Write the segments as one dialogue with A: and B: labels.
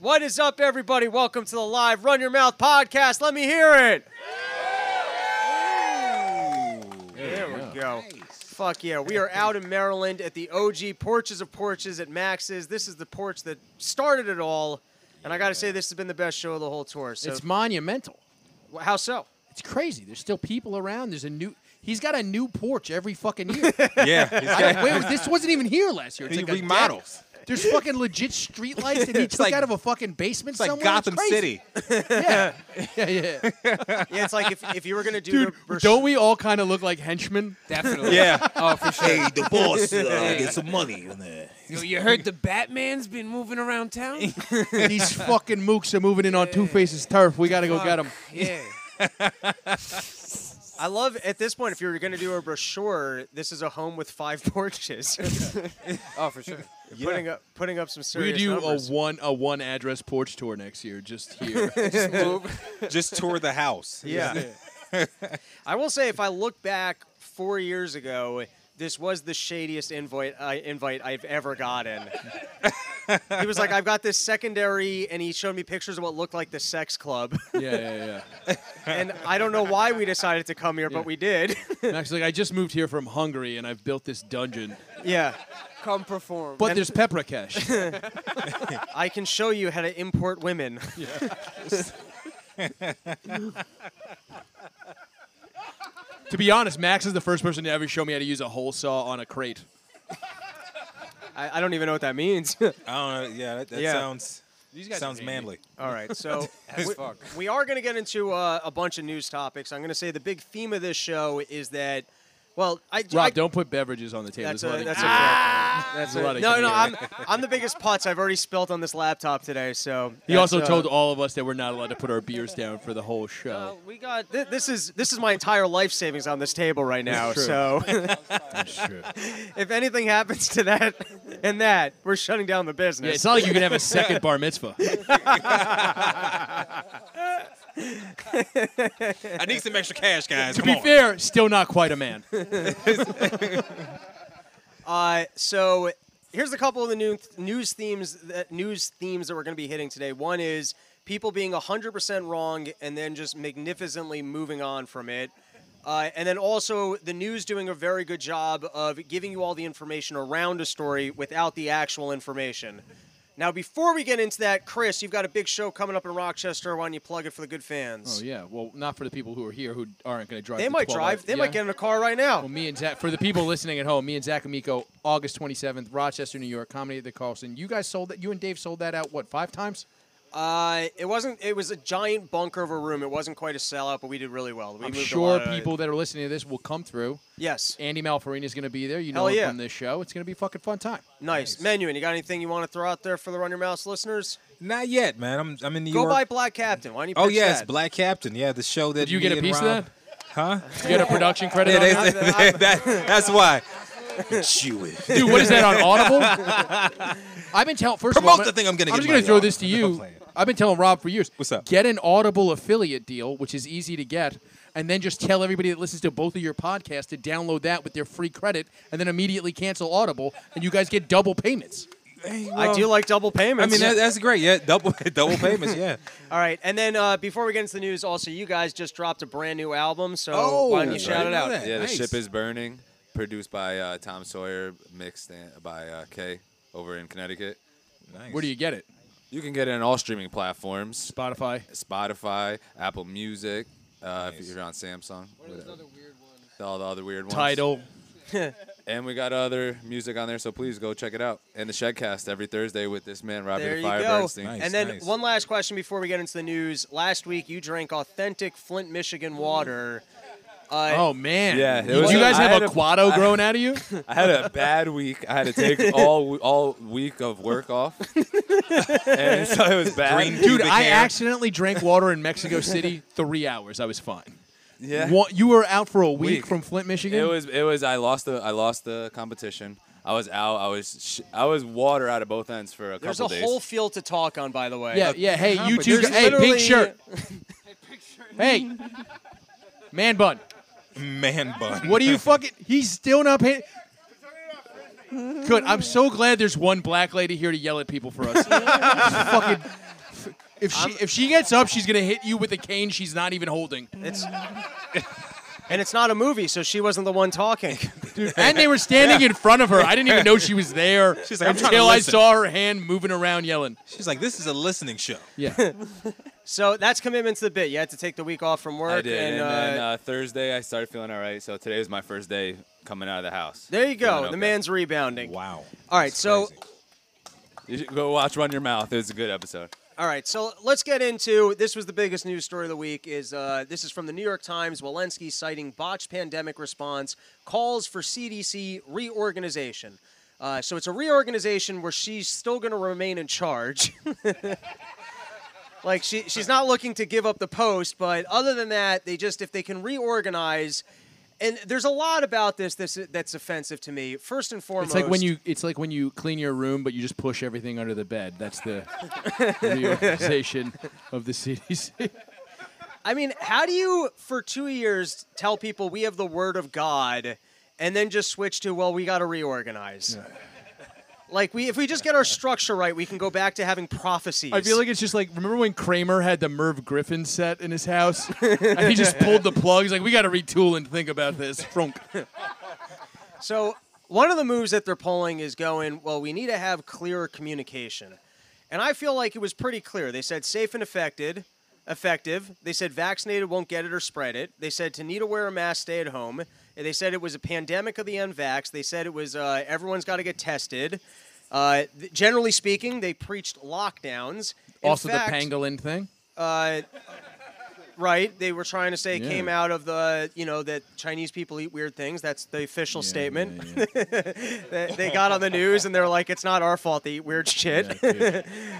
A: What is up, everybody? Welcome to the live Run Your Mouth podcast. Let me hear it. There we go. Fuck yeah. We are out in Maryland at the OG Porches of Porches at Max's. This is the porch that started it all. And I got to say, this has been the best show of the whole tour. So,
B: It's monumental.
A: Wh- how so?
B: It's crazy. There's still people around. There's a new. He's got a new porch every fucking year.
C: Yeah, he's
B: I-
C: got,
B: wait, this wasn't even here last year. It's
C: he
B: like a
C: remodels.
B: deck. There's fucking legit streetlights that he
C: It's
B: took
C: like-
B: out of a fucking
C: It's
B: basement
C: like
B: somewhere.
C: Gotham
B: crazy.
C: City.
B: Yeah, yeah, yeah.
A: Yeah, it's like if, if you were going to do.
B: Dude,
A: the-
B: don't we all kind of look like henchmen?
D: Definitely.
C: Yeah.
D: Oh, for sure.
E: Hey, the boss, uh, get some money uh, in there.
D: Yo, you heard the Batman's been moving around town?
B: These fucking mooks are moving in on Two Face's turf. We gotta go get them.
D: Yeah.
A: I love at this point, if you were going to do a brochure, this is a home with five porches.
D: Oh, for sure.
A: putting, up, putting up some
B: We
A: serious
B: do
A: numbers.
B: a one a one address porch tour next year, just here.
C: Just tour the house.
A: Yeah. I will say, if I look back four years ago, this was the shadiest invite I invite I've ever gotten. he was like, "I've got this secondary," and he showed me pictures of what looked like the sex club,
B: yeah, yeah,
A: and I don't know why we decided to come here, but we did.
B: yeah. Max, is like I just moved here from Hungary, and I've built this dungeon.
A: yeah,
D: Come perform.
B: But there's Peprakesh.
A: I can show you how to import women.
B: to be honest, Max is the first person to ever show me how to use a hole saw on a crate.
A: I, I don't even know what that means.
C: I don't know. Yeah, that, that
A: Yeah.
C: sounds
B: These guys
C: sounds manly.
A: All right, so
D: As
A: we,
D: fuck.
A: we are going to get into uh, a bunch of news topics. I'm going to say the big theme of this show is that, well, I
B: Rob,
A: I,
B: don't put beverages on the table.
A: That's
B: There's
A: a
B: lot of-
A: that's a that's
B: a lot of
A: no no.
B: gear.
A: I'm I'm the biggest putz I've already spilt on this laptop today. So
B: he
A: that's,
B: also
A: uh,
B: told all of us that we're not allowed to put our beers down for the whole show.
A: Uh, we got thi- this is this is my entire life savings on this table right now.
B: true.
A: So
B: true.
A: if anything happens to that and that, we're shutting down the
B: Yeah, it's
A: business.
B: not like you can have a second bar mitzvah.
C: I need some extra cash, guys.
B: to
C: Come
B: be
C: on.
B: fair, still not quite a man.
A: Uh, so here's a couple of the new news themes that news themes that we're going to be hitting today. One is people being 100% wrong and then just magnificently moving on from it. Uh, and then also the news doing a very good job of giving you all the information around a story without the actual information. Now, before we get into that, Chris, you've got a big show coming up in Rochester. Why don't you plug it for the good fans?
B: Oh yeah, well, not for the people who are here who aren't going to drive.
A: They
B: the
A: might
B: 12
A: drive. They
B: yeah.
A: might get in a car right now.
B: Well, me and Zach, for the people listening at home, me and Zach Amico, August 27th, Rochester, New York, Comedy at the Carlson. You guys sold that. You and Dave sold that out, what, five times?
A: Uh, it wasn't. It was a giant bunker of a room. It wasn't quite a sellout, but we did really well. We
B: I'm
A: moved a
B: sure
A: lot of-
B: people that are listening to this will come through.
A: Yes,
B: Andy Malfarina is going to be there. You know
A: Hell
B: him
A: yeah.
B: from this show. It's going to be a fucking fun time.
A: nice. Menuin, you got anything you want to throw out there for the Run Your Mouse listeners?
C: Not yet, man. I'm I'm in New
A: Go
C: York.
A: buy Black Captain. Why don't you?
C: oh
A: pitch
C: yes,
A: that?
C: Black Captain. Yeah, the show that
B: Did you get
C: me
B: a
C: and
B: piece
C: Rob-
B: of that?
C: Huh?
B: Did you get a production credit
C: Yeah,
B: on that?
C: that's, that- that's why.
E: Chew it.
B: Dude, what is that on Audible? I've been telling first
C: Promote
B: of all,
C: the thing I'm gonna
B: I'm
C: get
B: just gonna
C: money
B: throw
C: on.
B: this to
C: I'm
B: you.
C: playing.
B: I've been telling Rob for years.
C: What's up?
B: Get an Audible affiliate deal, which is easy to get, and then just tell everybody that listens to both of your podcasts to download that with their free credit, and then immediately cancel Audible, and you guys get double payments.
A: I do like double
C: I
A: payments.
C: mean, that, that's great. Yeah, double double payments. Yeah.
A: all right. And then uh, before we get into the news, also you guys just dropped a brand new album, so why don't you
C: that's
A: shout
C: right.
A: it
C: Oh, I
A: out?
C: know that.
F: Yeah,
C: Nice.
F: the ship is burning. Produced by uh, Tom Sawyer, mixed in, by uh, Kay over in Connecticut.
C: Nice.
B: Where do you get it?
F: You can get it on all streaming platforms:
B: Spotify.
F: Spotify, Apple Music. Uh,
C: Nice.
F: If you're on Samsung, whatever. all the other weird ones.
B: Title.
F: And we got other music on there, so please go check it out. And the Shedcast every Thursday with this man Robbie
A: There
F: the
A: you
F: Fire
A: go.
F: Bernstein.
C: Nice.
A: And then
C: nice.
A: one last question before we get into the news. Last week you drank authentic Flint, Michigan water. Uh,
B: Oh man.
F: Yeah, it
B: Did
F: was
B: you
F: a-
B: guys
F: I
B: have
F: had
B: a
F: a-
B: quado growing out of you?
F: I had a bad week. I had to take all all week of work off, and so it was bad.
C: Green
B: Dude,
C: pubic
B: I
C: hair.
B: accidentally drank water in Mexico City. Three hours. I was fine.
F: yeah.
B: What, you were out for a week,
F: Week.
B: from Flint, Michigan.
F: It was it was I lost the I lost the competition. I was out. I was sh- I was water out of both ends for a
A: there's
F: couple
A: a
F: days.
A: whole field to talk on, by the way.
B: yeah, yeah. Hey, you two.
A: There's
B: guys- Hey,
A: literally-
B: pink shirt. hey, man bun.
C: man bun?
B: What are you fucking? He's still not paying. Good. I'm so glad there's one black lady here to yell at people for us. fucking If she if she gets up, she's gonna hit you with a cane she's not even holding.
A: It's and it's not a movie, so she wasn't the one talking.
B: And they were standing in front of her. I didn't even know she was there
C: She's like, "I'm trying to
B: until I
C: listen."
B: saw her hand moving around yelling.
C: She's like, this is a listening show.
B: Yeah,
A: So that's commitment to the bit. You had to take the week off from work.
F: I did. And,
A: And, uh,
F: then uh, Thursday, I started feeling all right. So today was my first day coming out of the house.
A: there you
F: Feeling
A: go. The
F: uh, okay.
A: man's rebounding.
C: Wow.
A: All right, so
F: You should go watch Run Your Mouth. It was a good episode.
A: all right, so let's get into this. Was the biggest news story of the week? Is uh, this is from the New York Times? Walensky citing botched pandemic response calls for CDC reorganization. Uh, so it's a reorganization where she's still going to remain in charge. Like she, she's not looking to give up the post, but other than that, they just if they can reorganize. And there's a lot about this, this that's offensive to me. First and foremost,
B: it's like when you it's like when you clean your room, but you just push everything under the bed. That's the reorganization of the CDC.
A: I mean, how do you for two years tell people we have the word of God, and then just switch to well, we got to reorganize. Like we, if we just get our structure right, we can go back to having prophecies.
B: I feel like it's just like remember when Kramer had the Merv Griffin set in his house, and he just pulled the plug. He's like, "We got to retool and think about this." Frunk.
A: So one of the moves that they're pulling is going, well, we need to have clearer communication. And I feel like it was pretty clear. They said safe and affected, effective. They said vaccinated won't get it or spread it. They said to need to wear a mask, stay at home. And they said it was a pandemic of the unvax. They said it was uh, everyone's got to get tested. Uh, th- generally speaking, they preached lockdowns. In
B: also,
A: fact,
B: the pangolin thing.
A: uh, right? They were trying to say it
B: Yeah.
A: came out of the you know that Chinese people eat weird things. That's the official statement. They- they got on the news and they're like, it's not our fault they eat weird shit.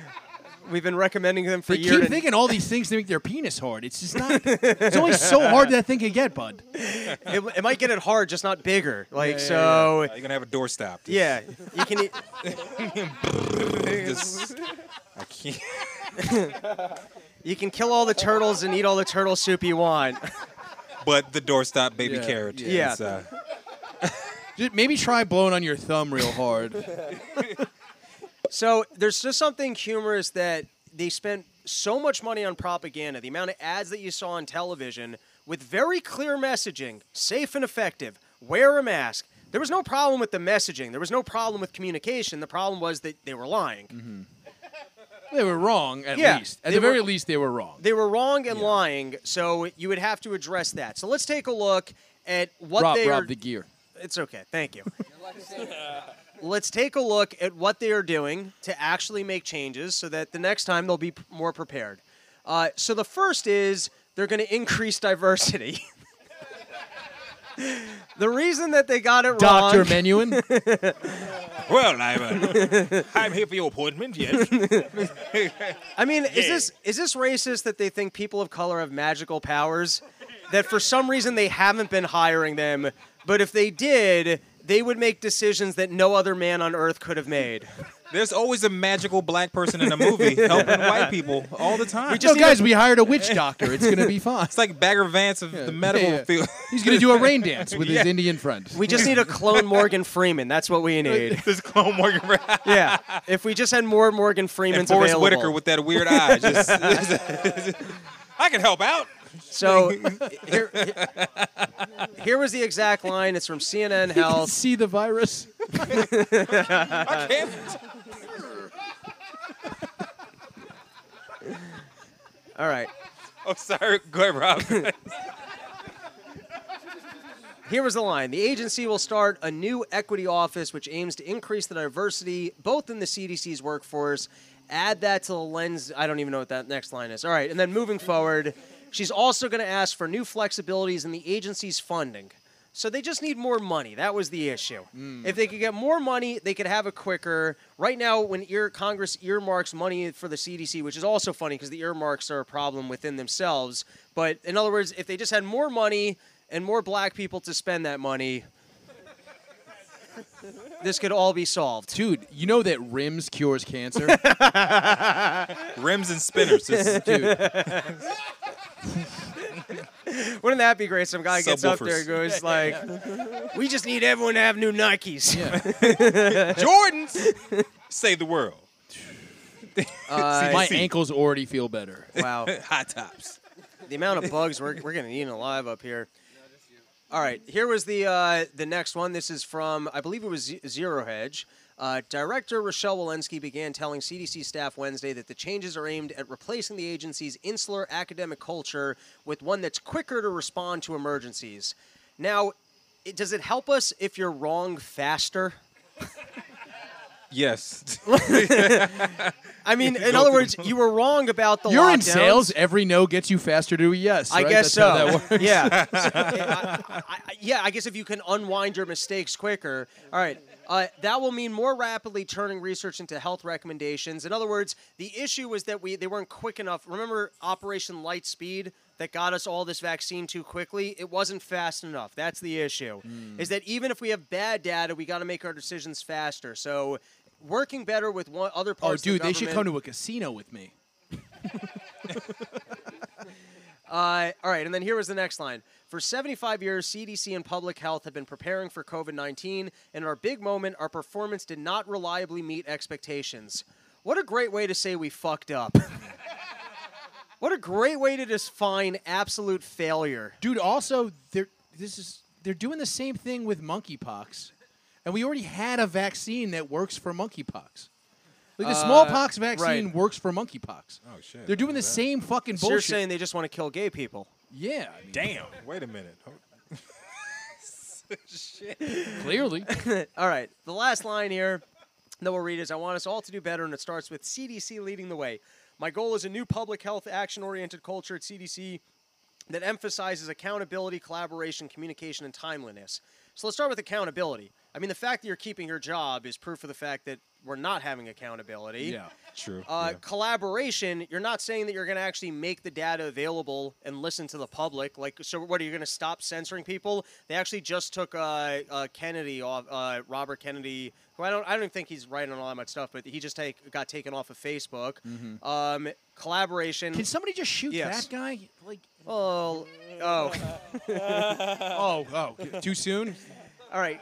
A: We've been recommending them for
B: They
A: years.
B: keep thinking all these things to make their penis hard. It's just not. it's only so hard that thing can get, bud.
A: It, it might get it hard, just not bigger. Like
B: yeah,
A: so.
C: You're gonna have a door stopped.
A: Yeah, you can. Eat,
C: Just- I can't.
A: you can kill all the turtles and eat all the turtle soup you want.
C: But the door stop baby
B: Yeah,
C: carriage.
A: yeah.
C: It's, uh,
B: Just maybe try blowing on your thumb real hard.
A: So there's just something humorous that they spent so much money on propaganda, the amount of ads that you saw on television with very clear messaging, safe and effective, wear a mask. There was no problem with the messaging. There was no problem with communication. The problem was that they were lying.
B: Mm-hmm. they were wrong at
A: Yeah,
B: least. At
A: they
B: the very
A: were-
B: least, they were wrong.
A: They were wrong and lying, so you would have to address that. So let's take a look at what
B: Rob,
A: they
B: Rob
A: are
B: the gear.
A: It's okay. Thank you. Let's take a look at what they are doing to actually make changes so that the next time they'll be p- more prepared. Uh, so the first is they're going to increase diversity. the reason that they got it
B: Doctor
A: wrong.
B: Menuhin.
C: well, I'm, uh, I'm here for your appointment. Yes.
A: I mean, is this is this racist that they think people of color have magical powers that for some reason they haven't been hiring them, but if they did, they would make decisions that no other man on earth could have made.
C: There's always a magical black person in a movie helping white people all the time.
B: no, guys, we hired a witch doctor. It's gonna be fine.
C: it's like Bagger Vance of the medical
B: Yeah, yeah.
C: field.
B: He's gonna do a rain dance with his Indian friend.
A: We just need a clone Morgan Freeman. That's what we need.
C: this clone Morgan Freeman.
A: Yeah. If we just had more Morgan
C: and
A: Freemans
C: Forrest
A: available.
C: Whitaker with that weird eye. Just, I can help out.
A: so here, here was the exact line. It's from CNN
B: He can
A: Health.
B: see the virus.
C: I
B: Uh,
C: can't.
A: All right.
C: Oh, sorry. Go ahead, Rob.
A: Here was the line. The agency will start a new equity office which aims to increase the diversity both in the CDC's workforce. Add that to the lens. I don't even know what that next line is. All right. And then moving forward, she's also going to ask for new flexibilities in the agency's funding. So they just need more money. That was the issue. If they could get more money, they could have it quicker. Right now, when ear- Congress earmarks money for the CDC, which is also funny because the earmarks are a problem within themselves. But in other words, if they just had more money and more black people to spend that money, this could all be solved.
B: Dude, you know that rims cures cancer?
C: Rims and spinners. Just
B: Dude,
A: Wouldn't that be great? Some guy gets up there
C: Subwoofers.
A: and goes like, "We just need everyone to have new Nikes."
B: yeah.
C: Jordans. Save the world.
A: Uh,
B: My ankles already feel better.
A: wow.
C: Hot tops.
A: the amount of bugs we're, we're gonna need alive up here. All right, here was the uh, the next one. This is from I believe it was Z- Zero Hedge. Uh, Director Rochelle Walensky began telling CDC staff Wednesday that the changes are aimed at replacing the agency's insular academic culture with one that's quicker to respond to emergencies. Now, it, does it help us if you're wrong faster?
F: Yes.
C: Oh,
A: I mean, in other words, you were wrong about the
B: You're in
A: lockdowns.
B: sales. Every no gets you faster to a yes.
A: I
B: right?
A: guess
B: That's how
A: so.
B: that works.
A: Yeah. So, I- I- I- yeah, I guess if you can unwind your mistakes quicker. All right. Uh, that will mean more rapidly turning research into health recommendations. In other words, the issue was that we they weren't quick enough. Remember Operation Light Speed that got us all this vaccine too quickly? It wasn't fast enough. That's the issue.
B: Hmm.
A: Is that even if we have bad data, we got to make our decisions faster. So, working better with one other
B: Oh,
A: parts. of
B: dude,
A: the
B: they should
A: government-
B: come to a casino with me.
A: Uh, all right, and then here was the next line. For 75 years, CDC and public health have been preparing for COVID 19, and our big moment, our performance did not reliably meet expectations. What a great way to say we fucked up. what a great way to define absolute failure.
B: Dude, also they're this is they're doing the same thing with monkeypox, and we already had a vaccine that works for monkeypox. Like the smallpox vaccine
A: right.
B: works for monkeypox. Oh
F: shit,
B: They're doing the same fucking
A: So
B: bullshit.
A: you're saying they just want to kill gay people.
B: yeah, I mean,
C: Damn.
F: Wait a minute.
B: clearly.
A: All right, the last line here that we'll read is I want us all to do better, and it starts with CDC leading the way. My goal is a new public health action oriented culture at CDC that emphasizes accountability, collaboration, communication, and timeliness. So let's start with accountability. I mean, the fact that you're keeping your job is proof of the fact that we're not having accountability.
B: yeah.
F: True.
A: Uh, Collaboration, you're not saying that you're going to actually make the data available and listen to the public. Like, so what are you going to stop censoring people? They actually just took uh, uh, Kennedy off, uh, Robert Kennedy, who I don't, I don't think he's right on all that much stuff, but he just take, got taken off of Facebook. Um, collaboration.
B: Can somebody just shoot
A: Yes.
B: that guy? Like,
A: oh, oh, Uh,
B: oh, oh, g- too soon.
A: all right.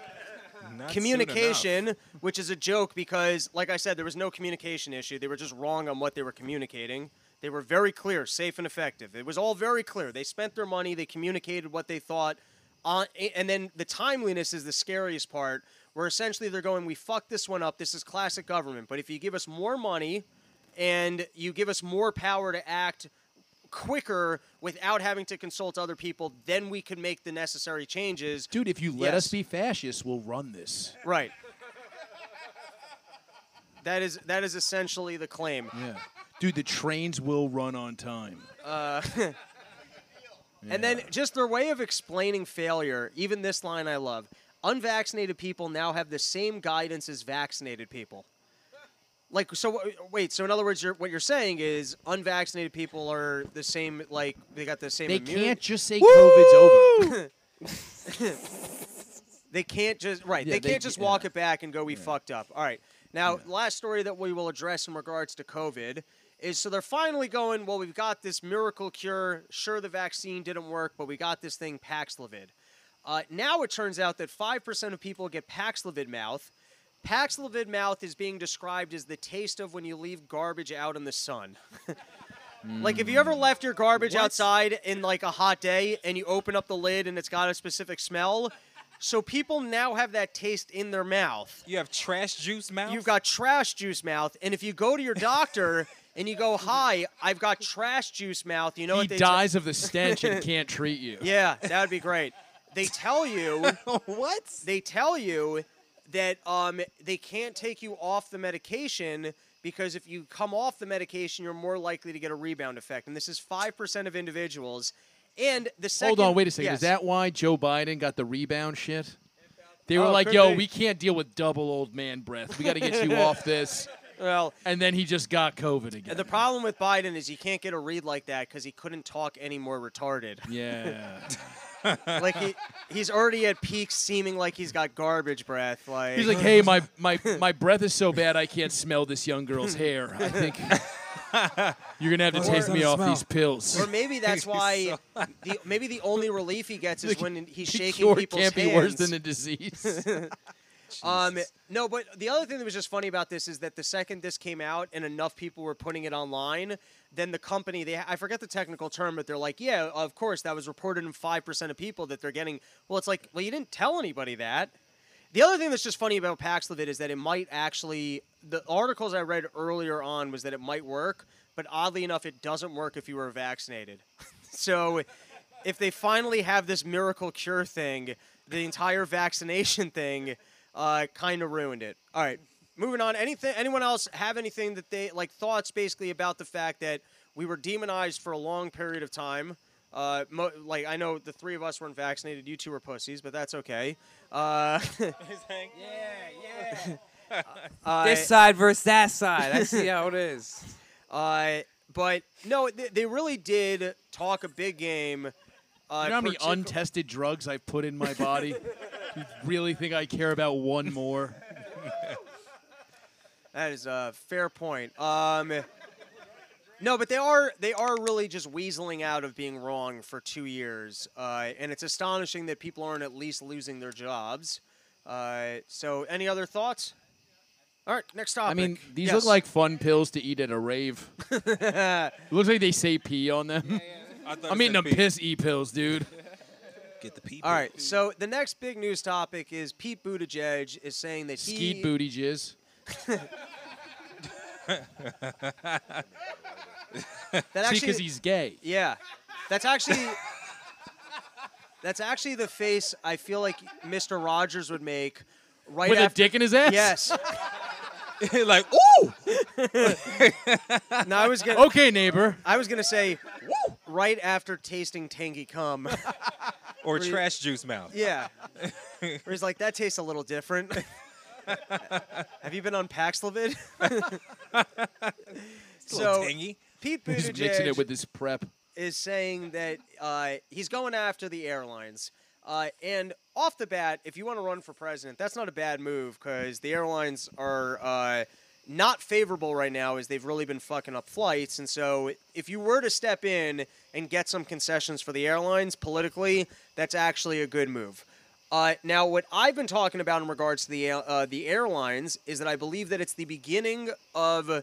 A: communication, which is a joke because, like I said, there was no communication issue. They were just wrong on what they were communicating. They were very clear, safe and effective. It was all very clear. They spent their money, they communicated what they thought. On, and then the timeliness is the scariest part, where essentially they're going, We fucked this one up. This is classic government. But if you give us more money and you give us more power to act quicker without having to consult other people, then we can make the necessary changes.
B: Dude, if you let
A: Yes.
B: us be fascists, we'll run this.
A: Right. That is that is essentially the claim.
B: Yeah. Dude, the trains will run on time.
A: And then just their way of explaining failure, even this line I love. Unvaccinated people now have the same guidance as vaccinated people. Like so wh- wait, so in other words you're, what you're saying is unvaccinated people are the same like they got the same
B: They
A: immunity.
B: can't just say COVID's over.
A: They can't just right.
B: Yeah,
A: they
B: they-
A: can't just walk it back and go, "We fucked up." All right. Now, last story that we will address in regards to COVID is so they're finally going. Well, we've got this miracle cure. Sure, the vaccine didn't work, but we got this thing Paxlovid. Uh, now it turns out that five percent of people get Paxlovid mouth. Paxlovid mouth is being described as the taste of when you leave garbage out in the sun. Like if you ever left your garbage outside in like a hot day and you open up the lid and it's got a specific smell, so people now have that taste in their mouth.
C: You have trash juice mouth.
A: You've got trash juice mouth, and if you go to your doctor and you go, "Hi, I've got trash juice mouth," you know
B: he
A: what they tell-
B: dies of the stench and can't treat you.
A: yeah, that would be great. They tell you
C: what?
A: they tell you that um, they can't take you off the medication because if you come off the medication, you're more likely to get a rebound effect. And this is 5% of individuals. And the second.
B: Hold on, wait a second.
A: Yes.
B: Is that why Joe Biden got the rebound shit? They were
A: Oh,
B: like,
A: could
B: "Yo,
A: be.
B: we can't deal with double old man breath. We got to get you off this."
A: Well,
B: And then he just got COVID again.
A: the problem with Biden is he can't get a read like that because he couldn't talk any more retarded.
B: yeah.
A: like, he, he's already at peak seeming like he's got garbage breath. Like,
B: He's like, "Hey, my my my breath is so bad I can't smell this young girl's hair. I think you're gonna have to take me off these pills."
A: or maybe that's why, the, maybe the only relief he gets is when he's
B: The
A: shaking
B: cure
A: people's
B: can't be
A: hands.
B: worse than the disease.
A: Um, no, but the other thing that was just funny about this is that the second this came out and enough people were putting it online, then the company they I forget the technical term, but they're like, yeah, of course that was reported in five percent of people that they're getting. Well, it's like, well, you didn't tell anybody that. The other thing that's just funny about Paxlovid is that it might actually the articles I read earlier on was that it might work, but oddly enough, it doesn't work if you were vaccinated. so if they finally have this miracle cure thing, the entire vaccination thing uh, kind of ruined it. All right, moving on. Anything? Anyone else have anything that they like thoughts basically about the fact that we were demonized for a long period of time? Uh, mo- like I know the three of us weren't vaccinated. You two were pussies, but that's okay. Uh, uh,
D: this side versus that side. I see how it is.
A: uh, but no, they, they really did talk a big game. Uh,
B: You know how many
A: particu-
B: untested drugs I've put in my body? you really think I care about one more?
A: That is a fair point. Um, no, but they are they are really just weaseling out of being wrong for two years, uh, and it's astonishing that people aren't at least losing their jobs. Uh, so, any other thoughts? All right, next topic.
B: I mean, these
A: Yes.
B: look like fun pills to eat at a rave. It looks like they say pee on them. I'm eating them piss e pills, dude.
E: Get the people.
A: All right, so the next big news topic is Pete Buttigieg is saying that he
B: Skeet booty jizz.
A: that
B: See,
A: actually
B: because he's gay.
A: Yeah, that's actually that's actually the face I feel like Mr. Rogers would make right
B: With a
A: after.
B: dick in his ass?
A: Yes.
C: like, ooh,
A: No, I was gonna
B: Okay, neighbor.
A: I was gonna say right after tasting tangy cum.
C: or trash juice mouth.
A: Yeah. Where he's like, that tastes a little different. Have you been on Paxlovid? so
C: tangy.
A: Pete
B: He's mixing it
A: Buttigieg
B: with his prep.
A: is saying that uh, he's going after the airlines. Uh, and off the bat, if you want to run for president, that's not a bad move because the airlines are uh, not favorable right now as they've really been fucking up flights. And so if you were to step in and get some concessions for the airlines politically, that's actually a good move. Uh, now, what I've been talking about in regards to the, air- uh, the airlines is that I believe that it's the beginning of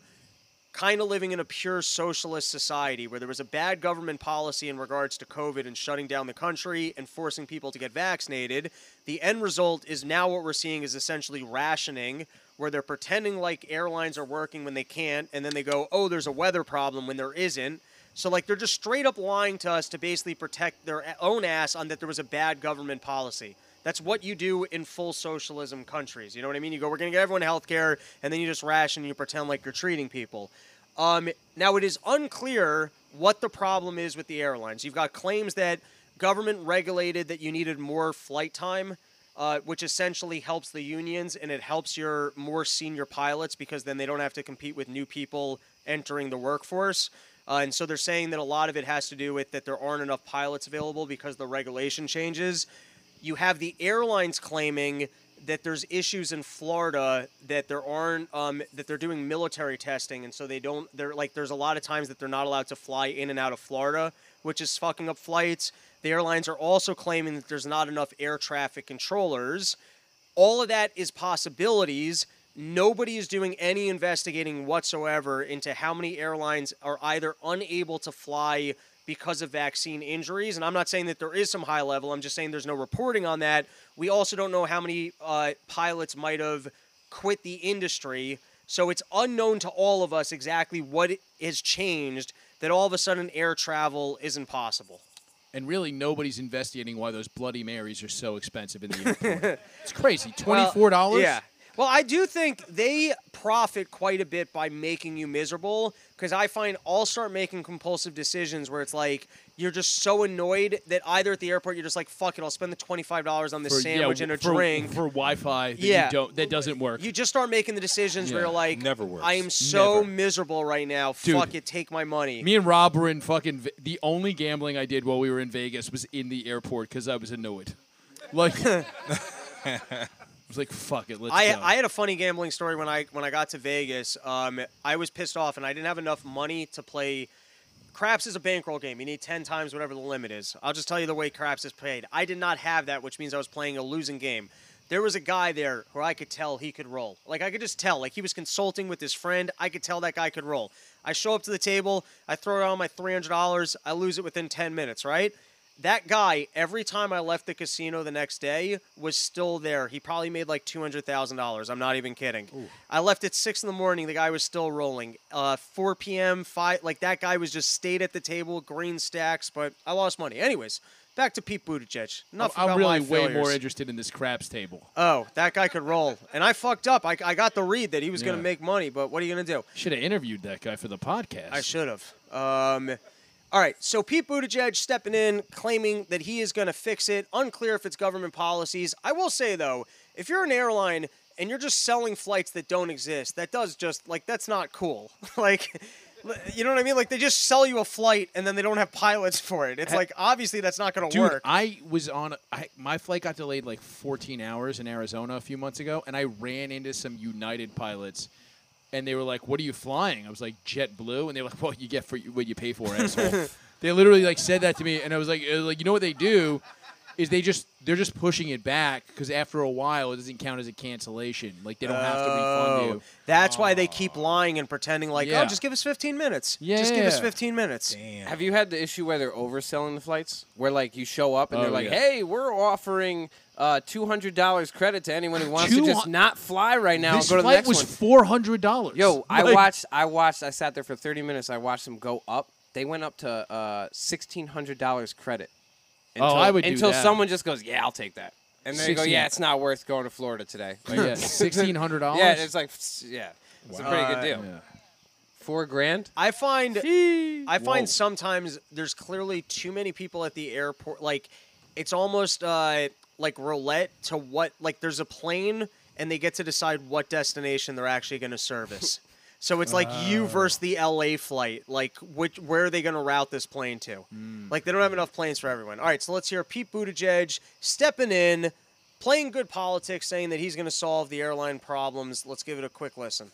A: kind of living in a pure socialist society where there was a bad government policy in regards to COVID and shutting down the country and forcing people to get vaccinated. The end result is now what we're seeing is essentially rationing, where they're pretending like airlines are working when they can't, and then they go, oh, there's a weather problem when there isn't. So, like, they're just straight up lying to us to basically protect their a- own ass on that there was a bad government policy. That's what you do in full socialism countries. You know what I mean? You go, we're going to get everyone health care, and then you just ration and you pretend like you're treating people. Um, now, it is unclear what the problem is with the airlines. You've got claims that government regulated that you needed more flight time, uh, which essentially helps the unions and it helps your more senior pilots because then they don't have to compete with new people entering the workforce. Uh, and so they're saying that a lot of it has to do with that there aren't enough pilots available because the regulation changes you have the airlines claiming that there's issues in Florida that there aren't um, that they're doing military testing and so they don't they're like there's a lot of times that they're not allowed to fly in and out of Florida which is fucking up flights. The airlines are also claiming that there's not enough air traffic controllers. All of that is possibilities. Nobody is doing any investigating whatsoever into how many airlines are either unable to fly because of vaccine injuries. And I'm not saying that there is some high level, I'm just saying there's no reporting on that. We also don't know how many uh, pilots might have quit the industry. So it's unknown to all of us exactly what has changed that all of a sudden air travel isn't possible.
B: And really, nobody's investigating why those Bloody Marys are so expensive in the airport. it's crazy. $24?
A: Yeah. Well, I do think they profit quite a bit by making you miserable because I find I'll start making compulsive decisions where it's like you're just so annoyed that either at the airport you're just like, fuck it, I'll spend the $25 on this
B: For- yeah,
A: sandwich and a
B: for-
A: drink.
B: For Wi Fi that, you
A: Yeah.
B: don't- that doesn't work.
A: you just start making the decisions where
B: Yeah,
A: you're like,
C: never works.
A: I am so
B: Never.
A: miserable right now.
B: Dude.
A: Fuck it, take my money.
B: Me and Rob were in fucking. Ve- The only gambling I did while we were in Vegas was in the airport because I was annoyed. Like, I was like, fuck it, let's
A: I,
B: go.
A: I had a funny gambling story when I when I got to Vegas. Um, I was pissed off and I didn't have enough money to play. Craps is a bankroll game. You need ten times whatever the limit is. I'll just tell you the way craps is played. I did not have that, which means I was playing a losing game. there was a guy there who I could tell he could roll. Like I could just tell. Like he was consulting with his friend. I could tell that guy could roll. I show up to the table. I throw down my three hundred dollars. I lose it within ten minutes. Right. That guy, every time I left the casino the next day, was still there. He probably made like two hundred thousand dollars. I'm not even kidding. I left at six in the morning. The guy was still rolling. Uh, Four p.m. Five. Like that guy was just stayed at the table, green stacks. But I lost money. Anyways, back to Pete Buttigieg.
B: I'm,
A: Enough
B: I'm
A: about my
B: really way more
A: failures.
B: interested in this craps table.
A: Oh, that guy could roll. And I fucked up. I, I got the read that he was going to
B: Yeah.
A: make money, but what are you going to do?
B: Should have interviewed that guy for the podcast.
A: I should have. Um, all right, so Pete Buttigieg stepping in, claiming that he is going to fix it. Unclear if it's government policies. I will say, though, if you're an airline and you're just selling flights that don't exist, that does just, like, that's not cool. like, you know what I mean? Like, they just sell you a flight and then they don't have pilots for it. It's like, obviously, that's not going to
B: Dude,
A: work.
B: I was on. I, my flight got delayed like 14 hours in Arizona a few months ago, and I ran into some United pilots, and they were like, "What are you flying?" I was like, "JetBlue," and they were like, "Well, you get for what you pay for, asshole." they literally like said that to me, and I was like, uh, "Like, you know what they do." Is they just they're just pushing it back because after a while it doesn't count as a cancellation. Like they don't have to refund
D: Oh.
B: you.
A: Oh, That's why they keep lying and pretending like,
B: Yeah.
A: oh, just give us 15 minutes. Just give us
B: Yeah.
A: 15 minutes.
E: Damn.
D: Have you had the issue where they're overselling the flights? Where like you show up and
B: Oh,
D: they're like,
B: yeah.
D: "Hey, we're offering uh, two hundred dollars credit to anyone who wants
B: Two
D: to just
B: hun-
D: not fly right now
B: this
D: and go to the
B: flight
D: next
B: was
D: one."
B: four hundred dollars.
D: Yo, I watched. I watched. I sat there for thirty minutes. I watched them go up. They went up to uh, sixteen hundred dollars credit.
B: Oh, I would do
D: until
B: that.
D: someone just goes, "Yeah, I'll take that," and they go,
B: 16.
D: "Yeah, it's not worth going to Florida today." Like,
B: oh, yeah, sixteen hundred dollars.
D: yeah, it's like, yeah, it's a pretty good deal.
B: Yeah.
D: Four grand.
A: I find I find sometimes there's clearly too many people at the airport. Like it's almost uh, like roulette to what like there's a plane and they get to decide what destination they're actually going to service. so it's like you versus the LA flight. Like which where are they going to route this plane to? Like they don't have enough planes for everyone. All right, so let's hear Pete Buttigieg stepping in. Playing good politics, saying that he's going to solve the airline problems. Let's give it a quick listen.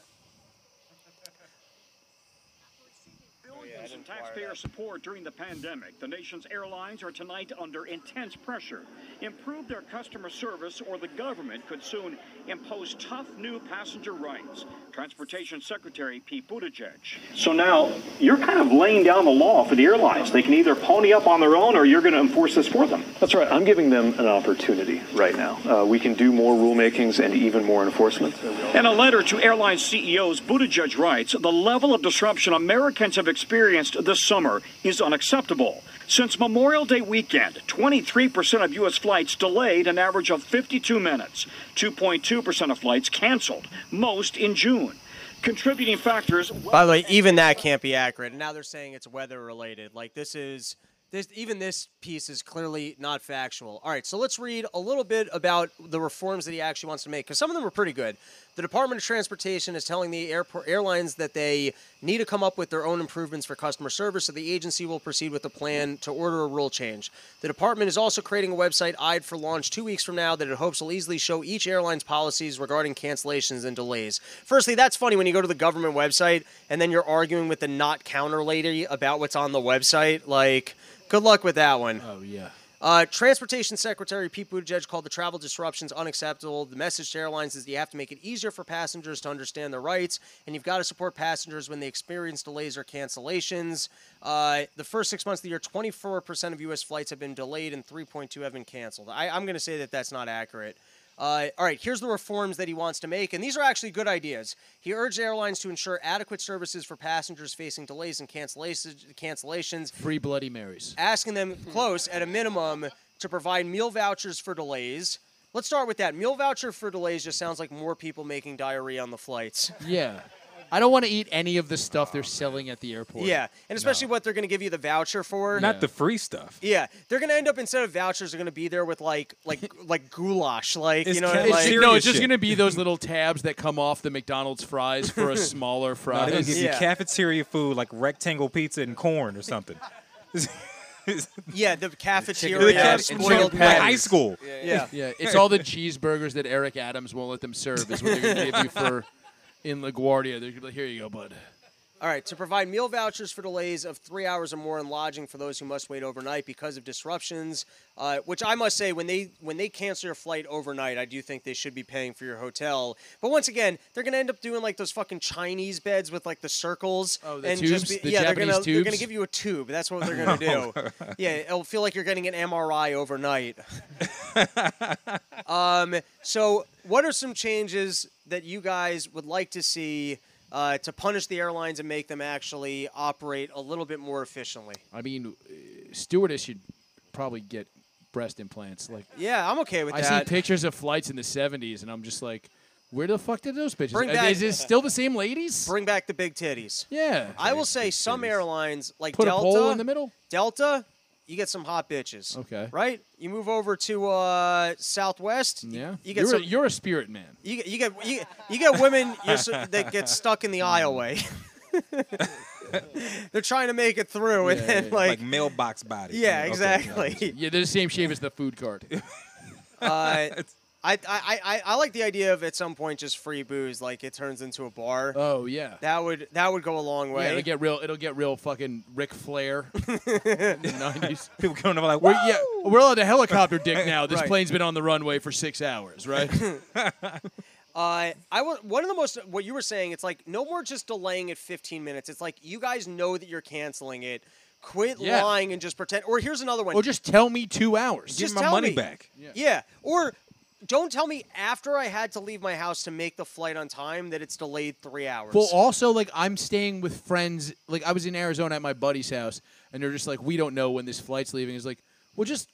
G: Billions in taxpayer support during the pandemic, the nation's airlines are tonight under intense pressure. Improve their customer service, or the government could soon impose tough new passenger rights. Transportation Secretary Pete Buttigieg. So now you're kind of laying down the law for the airlines. They can either pony up on their own, or you're going to enforce this for them.
H: That's right. I'm giving them an opportunity right now. Uh, we can do more rulemakings and even more enforcement.
G: In a letter to airline CEOs, Buttigieg writes The level of disruption Americans have experienced this summer is unacceptable. Since Memorial Day weekend, 23% of U.S. flights delayed an average of 52 minutes, 2.2% of flights canceled, most in June. Contributing factors.
A: By the way, even that can't be accurate. And now they're saying it's weather related. Like this is this even this piece is clearly not factual. All right, so let's read a little bit about the reforms that he actually wants to make because some of them are pretty good. The Department of Transportation is telling the airport airlines that they need to come up with their own improvements for customer service, so the agency will proceed with a plan to order a rule change. The department is also creating a website eyed for launch two weeks from now that it hopes will easily show each airline's policies regarding cancellations and delays. Firstly, that's funny when you go to the government website and then you're arguing with the not counter lady about what's on the website. Like, good luck with that one.
B: Oh yeah.
A: Uh, Transportation Secretary Pete Buttigieg called the travel disruptions unacceptable. The message to airlines is that you have to make it easier for passengers to understand their rights, and you've got to support passengers when they experience delays or cancellations. Uh, the first six months of the year, 24% of U.S. flights have been delayed and 3.2 have been canceled. I, I'm going to say that that's not accurate. Uh, all right, here's the reforms that he wants to make, and these are actually good ideas. He urged airlines to ensure adequate services for passengers facing delays and cancellations, cancellations
B: Free Bloody Marys.
A: asking them close at a minimum to provide meal vouchers for delays. Let's start with that. Meal voucher for delays just sounds like more people making diarrhea on the flights.
B: Yeah. I don't want to eat any of the stuff they're selling at the airport.
A: Yeah, and especially what they're going to give you the voucher for.
F: Not the free stuff.
A: yeah, they're going to end up instead of vouchers, they're going to be there with like like like goulash, like
F: It's
A: you know,
F: kind
A: what
F: of
B: It's,
A: like
F: serious
B: no, it's just
F: shit.
B: going to be those little tabs that come off the McDonald's fries for a
C: Uh,
B: smaller
F: Nah,
B: fry.
F: they gonna give you
A: Yeah.
F: cafeteria food like rectangle pizza and corn or something.
A: yeah, the cafeteria
D: The Yeah,
F: Cap-
D: it's
F: like
A: spoiled
F: high
A: patties.
F: school.
A: Yeah.
B: yeah, it's all the cheeseburgers that Eric Adams won't let them serve is what they're going to give you for in LaGuardia. They're going to be like, here you go, bud.
A: All right, to provide meal vouchers for delays of three hours or more in lodging for those who must wait overnight because of disruptions, uh, which I must say, when they when they cancel your flight overnight, I do think they should be paying for your hotel. But once again, they're going to end up doing like those fucking Chinese beds with like the circles.
B: Oh, the
A: and
B: tubes?
A: Just be,
B: The
A: yeah,
B: Japanese
A: they're gonna they're gonna
B: tubes? Oh.
A: give you a tube. That's what they're going to do. yeah, it'll feel like you're getting an MRI overnight. Um, so, what are some changes that you guys would like to see uh, to punish the airlines and make them actually operate a little bit more efficiently?
B: I mean, uh, stewardess should probably get breast implants. Like
A: Yeah, I'm okay with
B: I see
A: that.
B: pictures of flights in the '70s, and I'm just like, where the fuck did those bitches?
A: Bring
B: Are-
A: back-
B: Is it still the same ladies?
A: Bring back the big titties.
B: yeah.
A: I will say some airlines like
B: put
A: Delta
B: a pole in the middle.
A: Delta, you get some hot bitches.
B: Okay.
A: Right? You move over to uh, Southwest. y-
B: Yeah.
A: You get
B: are
A: some.
B: a, you're a spirit man.
A: you get you get you, you get women you're, so- that get stuck in the
B: Mm.
A: aisleway. They're trying to make it through, and
B: Yeah,
A: then
B: yeah,
A: like,
C: Like mailbox body.
A: yeah,
C: Okay,
A: exactly.
B: Yeah, they're the same shape as the food cart.
A: uh, I, I, I, I- I like the idea of at some point just free booze, like it turns into a bar.
B: Oh yeah.
A: that would that would go a long
B: Yeah,
A: way.
B: it'll get real. It'll get real. Fucking Ric Flair. Nineties.
C: People coming over like,
B: We're,
C: what?
B: yeah, we're on the helicopter dick now. This
A: Right.
B: plane's been on the runway for six hours, right?
A: Uh, I wa- one of the most what you were saying. It's like no more just delaying it 15 minutes. It's like you guys know that you're canceling it. Quit
B: Yeah.
A: lying and just pretend. Or here's another one.
B: or just tell me two hours.
C: Give
A: just
C: me my
A: tell
C: money
A: me.
C: back.
A: yeah. Or don't tell me after I had to leave my house to make the flight on time that it's delayed three hours.
B: Well, also like I'm staying with friends. Like I was in Arizona at my buddy's house, and they're just like, we don't know when this flight's leaving. It's like, well, just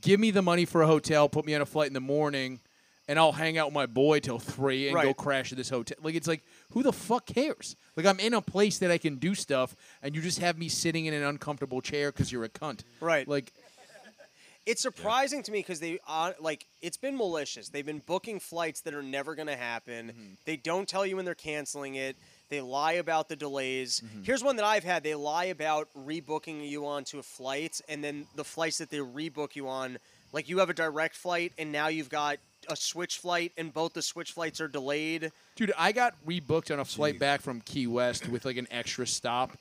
B: give me the money for a hotel, put me on a flight in the morning, and I'll hang out with my boy till three and go
A: Right.
B: crash at this hotel. Like it's like, who the fuck cares? Like I'm in a place that I can do stuff, and you just have me sitting in an uncomfortable chair because you're a cunt.
A: Right.
B: Like
A: it's surprising to me because they uh, like it's been malicious. They've been booking flights that are never going to happen. They don't tell you when they're canceling it. They lie about the delays. Here's one that I've had. They lie about rebooking you onto a flight, and then the flights that they rebook you on, like you have a direct flight, and now you've got a switch flight, and both the switch flights are delayed.
B: Dude, I got rebooked on a flight back from Key West with like an extra stop,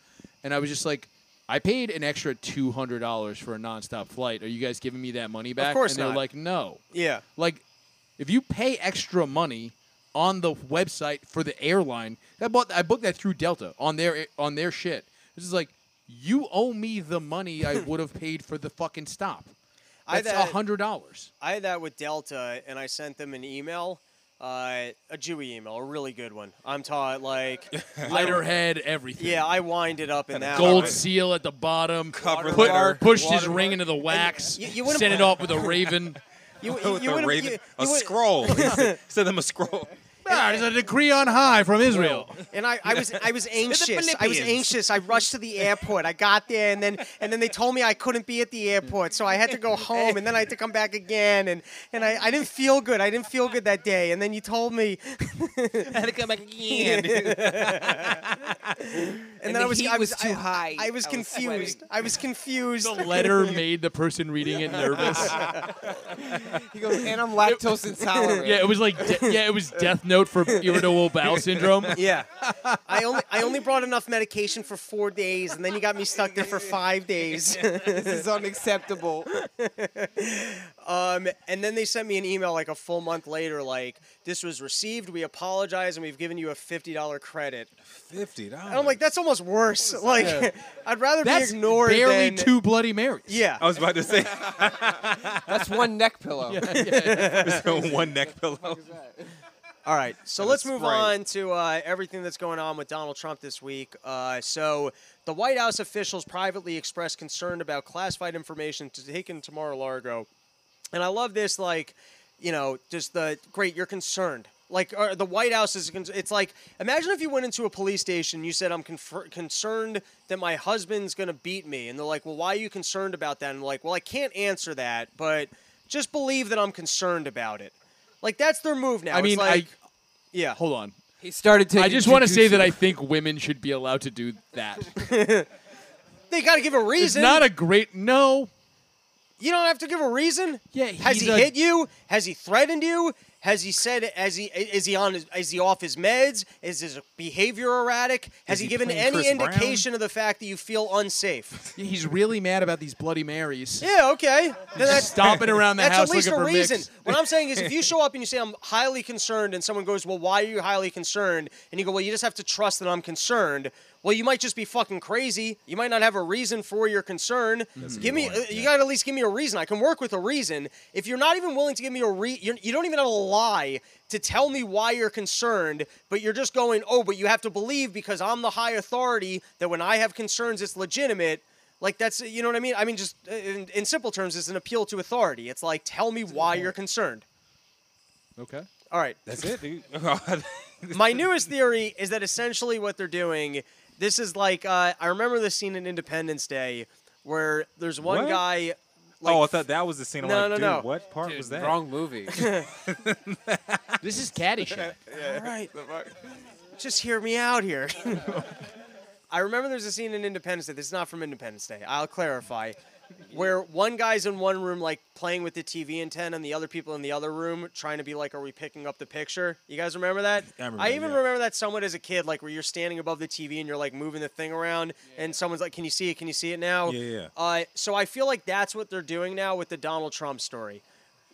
B: and I was just like, I paid an extra two hundred dollars for a nonstop flight. Are you guys giving me that money back?
A: course
B: and they're
A: not.
B: like, no.
A: Yeah.
B: Like, if you pay extra money on the website for the airline, that bought I booked that through Delta on their on their shit. This is like, you owe me the money I would have paid for the fucking stop.
A: I
B: That's a
A: had-
B: hundred dollars.
A: I had that with Delta, and I sent them an email, uh, a Jewy email, a really good one. I'm taught like,
B: Letterhead, everything.
A: yeah, I wind it up in that.
B: gold
A: one.
B: seal at the bottom.
C: Cover
B: put,
C: letter.
B: pushed his ring into the wax.
A: you- you wouldn't-
B: sent it off with a raven.
A: You, you,
C: With
A: you
C: a
A: wouldn't-
C: raven-
A: you-
C: a
A: you wouldn't-
C: scroll. Send them a scroll.
B: ah, there's a decree on high from Israel.
A: And I, I was I was anxious. I was anxious. I rushed to the airport. I got there and then and then they told me I couldn't be at the airport, so I had to go home and then I had to come back again and, and I, I didn't feel good. I didn't feel good that day. And then you told me and, then I was
D: heat
A: I was,
D: was too
A: I-
D: high.
A: I was
D: I was sweating.
A: confused. I was confused.
B: The letter made the person reading it nervous.
D: He goes, and I'm lactose intolerant.
B: Yeah, it was like de- yeah, it was Death Note for irritable bowel syndrome.
A: Yeah. I only I only brought enough medication for four days and then you got me stuck there for five days.
D: This is unacceptable.
A: Um, and then they sent me an email like a full month later, like this was received. We apologize, and we've given you a fifty dollar credit.
C: Fifty dollars.
A: And I'm like, that's almost worse. Like, I'd rather
B: That's
A: be ignored
B: barely
A: than
B: two Bloody Marys.
A: yeah.
C: I was about to say
D: That's one neck pillow.
C: one neck pillow.
A: All right, so let's move
C: Sprite.
A: on to uh, everything that's going on with Donald Trump this week. Uh, so, the White House officials privately expressed concern about classified information to taken to Mar-a-Lago, and I love this. Like, you know, just the great. You're concerned. Like uh, the White House is. con- It's like imagine if you went into a police station. You said, "I'm confer- concerned that my husband's going to beat me," and they're like, "Well, why are you concerned about that?" And like, "Well, I can't answer that, but just believe that I'm concerned about it." Like that's their move now.
B: I mean,
A: it's like,
B: I
A: yeah.
B: hold on.
D: He started to.
B: I just want to say that I think women should be allowed to do that.
A: They got to give a
B: It's
A: reason.
B: not a great no.
A: you don't have to give a reason.
B: Yeah,
A: Has
B: he's
A: he
B: a-
A: hit you? Has he threatened you? Has he said? Has he? Is he on? His, is he off his meds? Is his behavior erratic? Has
C: Is
A: he,
C: he
A: given
C: playing
A: any
C: Chris Brown?
A: indication of the fact that you feel unsafe?
B: Yeah, He's really mad about these Bloody Marys.
A: yeah. Okay. Then that's
B: Stomping around the
A: that's
B: house
A: at least
B: looking
A: a
B: for
A: reason.
B: mix.
A: What I'm saying is, if you show up and you say I'm highly concerned, and someone goes, "Well, why are you highly concerned?" and you go, "Well, you just have to trust that I'm concerned." Well, you might just be fucking crazy. You might not have a reason for your concern. Give me, uh, you got to at least give me a reason. I can work with a reason. If you're not even willing to give me a re, you're, you don't even have a lie to tell me why you're concerned, but you're just going, "Oh, but you have to believe because I'm the high authority that when I have concerns, it's legitimate." Like that's you know what I mean. I mean, just uh, in, in simple terms, it's an appeal to authority. It's like tell me why you're concerned.
B: Okay.
A: All right.
C: That's it, dude.
A: My newest theory is that essentially what they're doing. This is like uh, I remember this scene in Independence Day where there's one
C: What?
A: guy. Like,
C: oh, I thought that was the scene. I'm
A: No,
C: like,
A: no,
C: dude,
A: no.
C: what part was that?
D: Wrong movie.
B: This is Caddyshack.
A: just hear me out here. I remember there's a scene in Independence Day. This is not from Independence Day. I'll clarify. Where one guy's in one room, like playing with the TV antenna, and the other people in the other room trying to be like, "Are we picking up the picture?" You guys remember that? I,
C: remember,
A: even
C: yeah.
A: remember that somewhat as a kid, like where you're standing above the TV and you're like moving the thing around, and someone's like, "Can you see it? Can you see it now?"
C: Yeah, yeah.
A: Uh, so I feel like that's what they're doing now with the Donald Trump story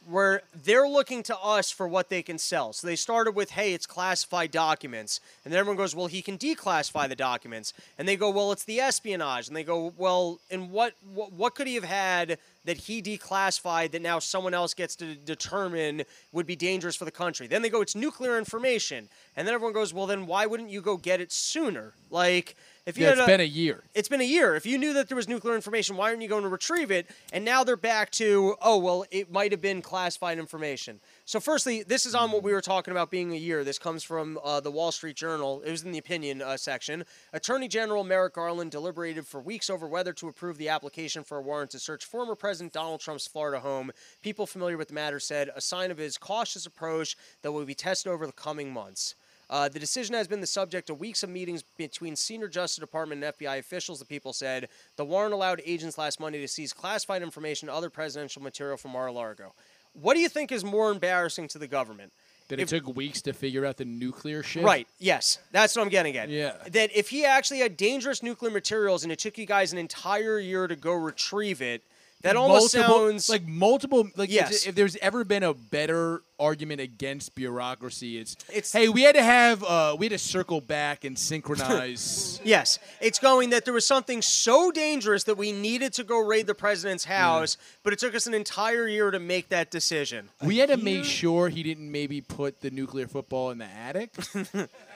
A: where they're looking to us for what they can sell. So they started with, hey, it's classified documents. And then everyone goes, well, he can declassify the documents. And they go, well, it's the espionage. And they go, well, and what what, what could he have had that he declassified that now someone else gets to determine would be dangerous for the country? Then they go, it's nuclear information. And then everyone goes, well, then why wouldn't you go get it sooner? Like, if you
B: Yeah,
A: had
B: it's been a year.
A: it's been a year. If you knew that there was nuclear information, why aren't you going to retrieve it? And now they're back to, oh, well, it might have been classified information. So, firstly, this is on what we were talking about being a year. This comes from uh, the Wall Street Journal. It was in the opinion uh, section. Attorney General Merrick Garland deliberated for weeks over whether to approve the application for a warrant to search former President Donald Trump's Florida home. People familiar with the matter said a sign of his cautious approach that will be tested over the coming months. Uh, the decision has been the subject of weeks of meetings between senior Justice Department and FBI officials, the people said. The warrant allowed agents last Monday to seize classified information, and other presidential material from Mar a Largo. What do you think is more embarrassing to the government?
B: That it took weeks to figure out the nuclear shit.
A: Right. Yes. That's what I'm getting at.
B: Yeah.
A: That if he actually had dangerous nuclear materials and it took you guys an entire year to go retrieve it, that almost
B: multiple,
A: sounds
B: like multiple. Like, if-
A: Yes.
B: if, there's ever been a better argument against bureaucracy, it's,
A: It's-
B: hey, we had to have uh, we had to circle back and synchronize.
A: Yes, it's going that there was something so dangerous that we needed to go raid the president's
C: Mm.
A: house, but it took us an entire year to make that decision.
B: we had to make sure he didn't maybe put the nuclear football in the attic,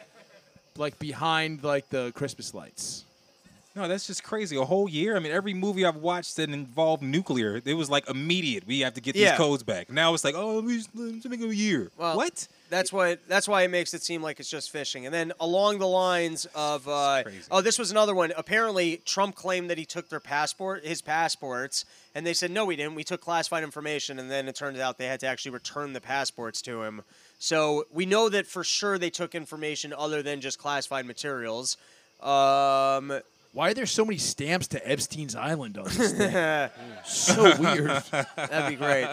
B: like behind like the Christmas lights.
C: No, that's just crazy. A whole year. I mean, every movie I've watched that involved nuclear, it was like immediate. We have to get
A: Yeah.
C: these codes back. Now it's like, oh, we just, let's make it a year.
A: Well,
C: what?
A: That's what. That's why it makes it seem like it's just fishing. And then along the lines of, uh,
C: crazy.
A: oh, this was another one. Apparently, Trump claimed that he took their passport, his passports, and they said no, we didn't. We took classified information, and then it turns out they had to actually return the passports to him. So we know that for sure they took information other than just classified materials. Um,
B: Why are there so many stamps to Epstein's Island on this thing? so weird.
A: That'd be great.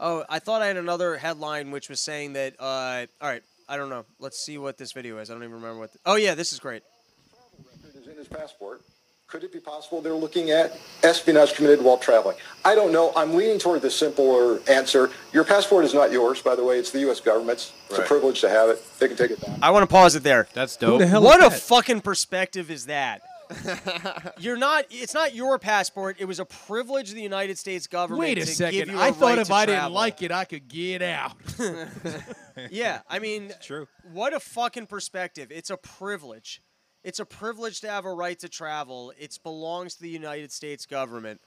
A: Oh, I thought I had another headline which was saying that. Uh, all right, I don't know. Let's see what this video is. I don't even remember what. th- oh yeah, this is great.
I: is in his passport. Could it be possible they're looking at espionage committed while traveling? I don't know. I'm leaning toward the simpler answer. Your passport is not yours, by the way. It's the U.S. government's. It's a privilege to have it. They can take it back.
A: I want to pause it there.
F: That's dope.
A: what a fucking perspective is that? You're not. It's not your passport. It was a privilege of the United States government.
B: Wait a
A: to Give
B: second.
A: you
B: I
A: a
B: thought
A: right
B: if
A: to
B: I
A: travel.
B: didn't like it, I could get out.
A: Yeah, I mean,
C: True.
A: What a fucking perspective. It's a privilege. It's a privilege to have a right to travel. It belongs to the United States government.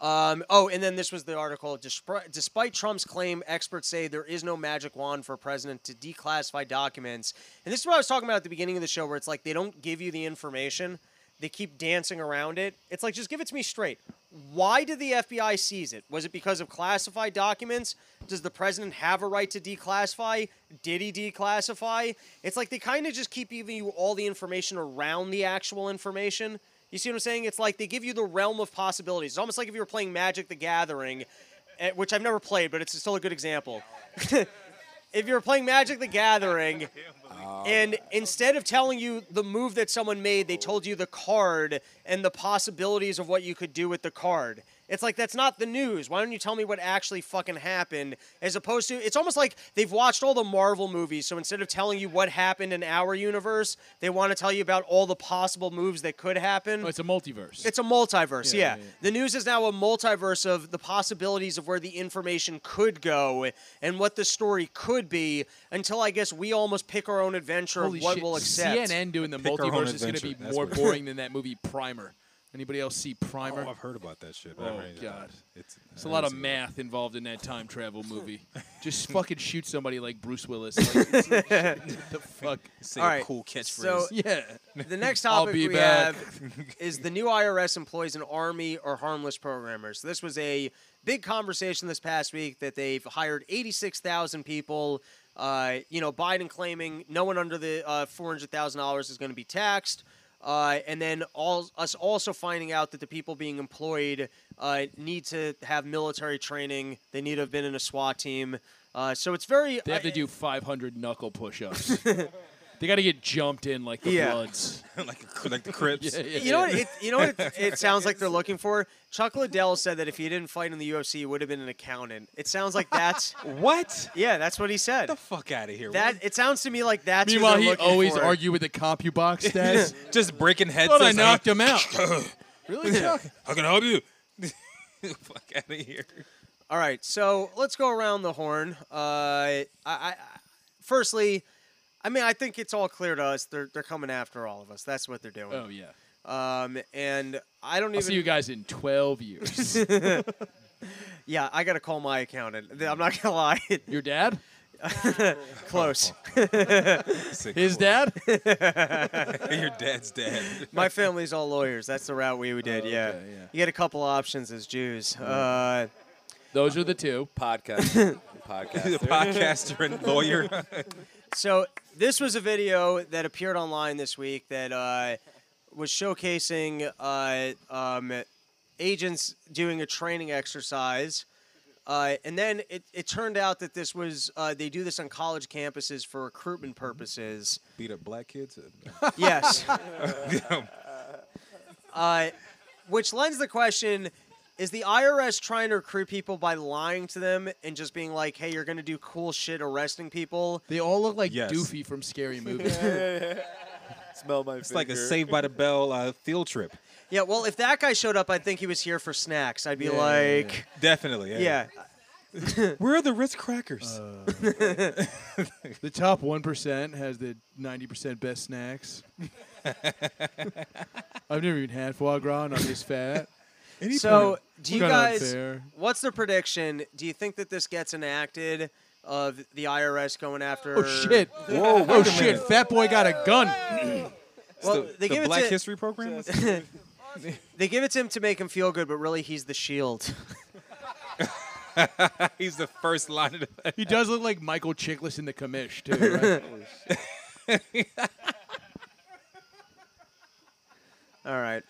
A: Um, oh, and then this was the article. Despri- Despite Trump's claim, experts say there is no magic wand for a president to declassify documents. And this is what I was talking about at the beginning of the show, where it's like they don't give you the information, they keep dancing around it. It's like, just give it to me straight. Why did the FBI seize it? Was it because of classified documents? Does the president have a right to declassify? Did he declassify? It's like they kind of just keep giving you all the information around the actual information. You see what I'm saying? It's like they give you the realm of possibilities. It's almost like if you were playing Magic the Gathering, eh, which I've never played, but it's still a good example. if you're playing Magic the Gathering, and instead of telling you the move that someone made, they told you the card and the possibilities of what you could do with the card. It's like that's not the news. Why don't you tell me what actually fucking happened? As opposed to, it's almost like they've watched all the Marvel movies. So instead of telling you what happened in our universe, they want to tell you about all the possible moves that could happen.
B: Oh, it's a multiverse.
A: It's a multiverse, yeah,
B: yeah, yeah.
A: The news is now a multiverse of the possibilities of where the information could go and what the story could be until I guess we almost pick our own adventure
B: Holy
A: of what
B: shit.
A: we'll accept.
B: CNN doing the
C: Pick our own
B: multiverse is going to be
C: adventure. That's
B: more
C: what it is.
B: boring than that movie Primer. Anybody else see Primer?
C: Oh, I've heard about that shit. but I
B: Oh,
C: haven't-
B: God.
C: It's,
B: There's a lot of math involved in that time travel movie. Just fucking shoot somebody like Bruce Willis. Like, the fuck?
C: Say
A: All
C: a
A: right,
C: cool catchphrase.
A: so-
B: Yeah.
A: The next
B: I'll
A: topic
B: be
A: we
B: back.
A: have is the new IRS employs an army or harmless programmers. This was a big conversation this past week that they've hired 86,000 people. Uh, you know, Biden claiming no one under the uh, $400,000 is going to be taxed. Uh, and then all, us also finding out that the people being employed uh, need to have military training. They need to have been in a SWAT team. Uh, so it's very
B: They have to do 500 knuckle push ups. they got to get jumped in like the
A: Yeah.
B: Bloods.
C: like, like the Crips.
B: Yeah,
A: You know what? It, you know what? It, it sounds like they're looking for. Chuck Liddell said that if he didn't fight in the UFC, he would have been an accountant. It sounds like that's.
C: What?
A: yeah, that's what he said.
C: Get the fuck out of here.
A: That it sounds to me like that's. who
B: Meanwhile,
A: they're
B: he
A: looking
B: always
A: for.
B: argue with the CompuBox guys.
C: What? just breaking heads.
B: thought I knocked him out. really, Chuck?
C: How can I help you? fuck out of here.
A: All right, so let's go around the horn. Uh, I, I, firstly, I mean, I think it's all clear to us. They're they're coming after all of us. That's what they're
B: Oh,
A: doing.
B: yeah.
A: Um, and I don't
B: I'll
A: even.
B: see you guys in 12 years.
A: Yeah, I gotta call my accountant. I'm not gonna lie.
B: Your dad?
A: Close.
B: Oh, His dad?
C: Your dad's dad.
A: My family's all lawyers. That's the route we did. yeah.
B: Oh, okay, yeah. Mm-hmm.
A: you get a couple options as Jews. Uh,
B: Those are the two.
F: Podcast.
C: He's a
F: Podcast.
C: podcaster and lawyer.
A: so this was a video that appeared online this week that uh, was showcasing uh, um, agents doing a training exercise. Uh, and then it, it turned out that this was uh, they do this on college campuses for recruitment
B: Mm-hmm.
A: purposes.
C: Beat up black kids.
A: Yes. uh, which lends the question is the IRS trying to recruit people by lying to them and just being like, hey, you're going to do cool shit arresting people?
B: They all look like
C: Yes.
B: Doofy from Scary Movies.
F: Smell my
C: It's like a Saved by the Bell uh, field trip.
A: Yeah, well, if that guy showed up, I'd think he was here for snacks. I'd be
B: Yeah.
A: like,
C: Definitely.
A: yeah.
C: Where are the Ritz crackers?
B: the top 1% has the 90% best snacks. I've never even had foie gras, and I'm this fat.
A: So, do you
B: Kinda
A: guys,
B: unfair.
A: what's the prediction? Do you think that this gets enacted of the IRS going after?
B: Oh, shit. Whoa, oh, shit. Fat boy got a gun.
A: Well,
C: the
A: they,
C: the
A: give it
C: Black
A: to,
C: History program.
A: they give it to him to make him feel good, but really, he's the shield.
C: He's the first line of the.
B: He does look like Michael Chiklis in The Commish, too. Right?
A: All right.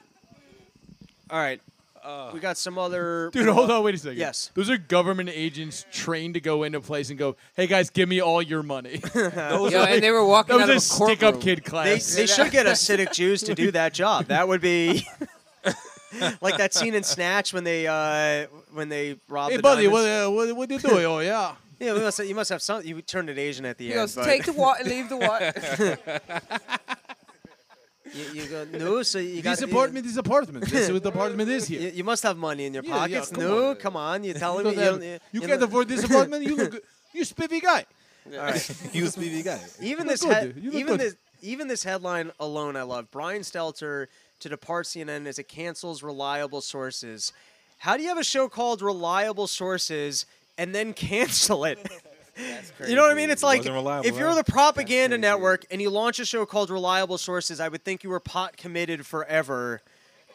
A: All right. we got some other.
B: Dude, hold on, wait a second.
A: Yes.
B: Those are government agents trained to go into place and go, hey, guys, give me all your money.
D: Yo, and they were walking
B: that
D: out of a
B: was a stick up
D: courtroom.
B: kid
A: They,
B: class.
A: they should get acidic Jews to do that job. That would be like that scene in Snatch when they uh, when they rob.
B: hey,
A: the
B: buddy, what,
A: diamonds.
B: uh, what, what you doing? Oh, yeah.
A: yeah, we must, you must have some. You turned it Asian at the
D: He
A: end.
D: goes,
A: but
D: take the water, leave the water.
A: you, you go, no, so you got
B: This
A: the-
B: apartment, this apartment. This is what the apartment is
A: You,
B: here.
A: you must have money in your
B: Yeah, yeah,
A: pockets.
B: come
A: no,
B: on.
A: come on, you're telling
B: You,
A: me you,
B: don't-
A: don't- you, you
B: you can't
A: don't-
B: afford this apartment. You look, you spiffy guy.
A: All right.
C: He was BB guy.
A: Even
B: look
A: this,
B: good,
A: head-
B: dude. You look
A: even
B: good.
A: this, even this headline alone, I love. Brian Stelter to depart CNN as it cancels reliable sources. How do you have a show called Reliable Sources and then cancel it? You know what I mean? It's like
C: wasn't reliable,
A: if you're
C: huh?
A: the propaganda network and you launch a show called Reliable Sources, I would think you were pot committed forever.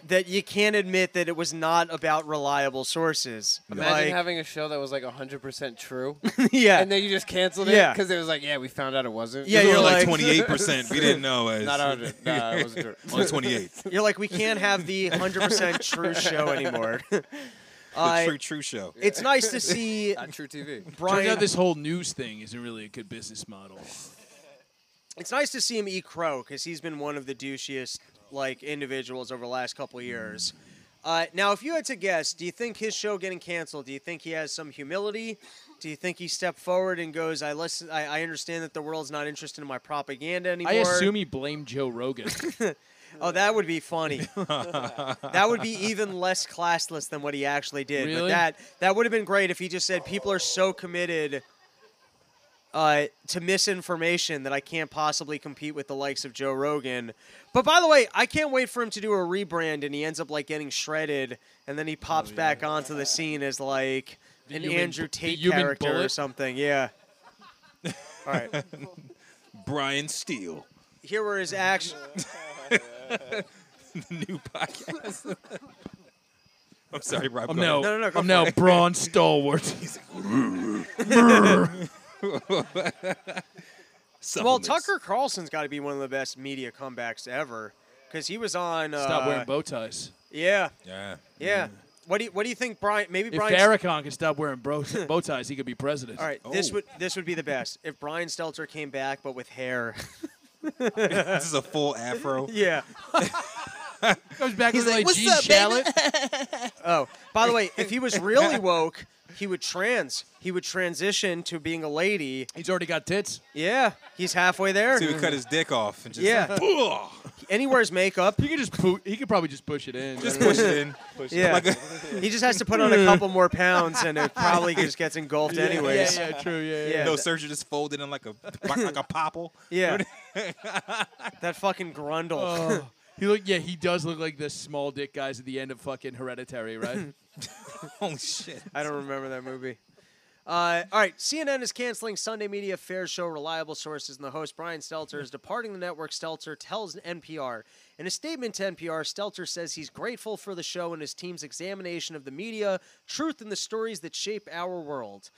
A: That you can't admit that it was not about reliable sources.
D: Imagine
A: Like,
D: having a show that was like 100% true,
A: yeah,
D: and then you just canceled it
A: Yeah.
D: because it was like, yeah, we found out it wasn't.
A: Yeah,
C: We
A: you're
C: were
A: like-
C: like twenty eight percent. We didn't know. It's
D: not 100. Nah, it wasn't true.
C: Only twenty eight.
A: You're like, we can't have the 100% true show anymore.
C: the
A: Uh,
C: True True Show.
A: It's nice to see
F: on True TV.
A: Brian.
B: Turns out this whole news thing isn't really a good business model.
A: it's nice to see him eat crow because he's been one of the douchiest like individuals over the last couple of years. Uh, now, if you had to guess, do you think his show getting canceled? Do you think he has some humility? Do you think he stepped forward and goes, "I listen, I, I understand that the world's not interested in my propaganda anymore"?
B: I assume he blamed Joe Rogan.
A: Oh, that would be funny. that would be even less classless than what he actually did. But
B: Really?
A: that that would have been great if he just said, "People are so committed uh, to misinformation that I can't possibly compete with the likes of Joe Rogan." But by the way, I can't wait for him to do a rebrand, and he ends up like getting shredded, and then he pops back onto the scene as like an
B: human
A: Andrew
B: bu- Oh, the
A: Tate
B: human
A: character or
B: bullet?
A: something. Yeah. All right.
C: Brian Steele,
A: Here were his action.
C: the new podcast. I'm sorry, Rob.
B: I'm
C: go
B: now,
C: ahead.
A: No, no, no, go
B: I'm
A: for
B: now Braun Stalwart.
A: Well,
C: Supplements.
A: Tucker Carlson's got to be one of the best media comebacks ever because he was on. Uh,
B: Stop wearing bow ties.
A: Yeah,
C: Yeah.
A: yeah. What do you What do you think, Brian? Maybe
B: If
A: Brian.
B: Farrakhan could stop wearing bro- bow ties, he could be president.
A: all right, this
C: Oh.
A: would this would be the best if Brian Stelter came back, but with hair.
C: This is a full afro.
A: yeah.
B: Comes back
F: He's like,
B: with like,
F: "What's
B: Gene
F: up, baby?"
B: Shalit.
A: Oh, by the way, if he was really woke, he would trans. He would transition to being a lady.
B: He's already got tits.
A: Yeah, he's halfway there.
C: So he would cut his dick off and just
A: Yeah.
C: Ugh.
A: And he wears makeup.
B: He could just poo- he could probably just push it in.
C: just push it in.
A: Yeah. he just has to put on a couple more pounds, and it probably just gets engulfed
B: Yeah,
A: anyways.
B: Yeah, yeah, true. Yeah, yeah.
A: Yeah.
C: No surgery just folded in like a like a popple.
A: Yeah. that fucking grundle.
B: Oh, he look. Yeah, he does look like the small dick guys at the end of fucking Hereditary, right?
C: Holy shit.
A: I don't remember that movie. Uh, all right, CNN is canceling Sunday Media Fair Show. Reliable sources and the host Brian Stelter is departing the network. Stelter tells NPR in a statement to NPR. Stelter says he's grateful for the show and his team's examination of the media, truth, and the stories that shape our world.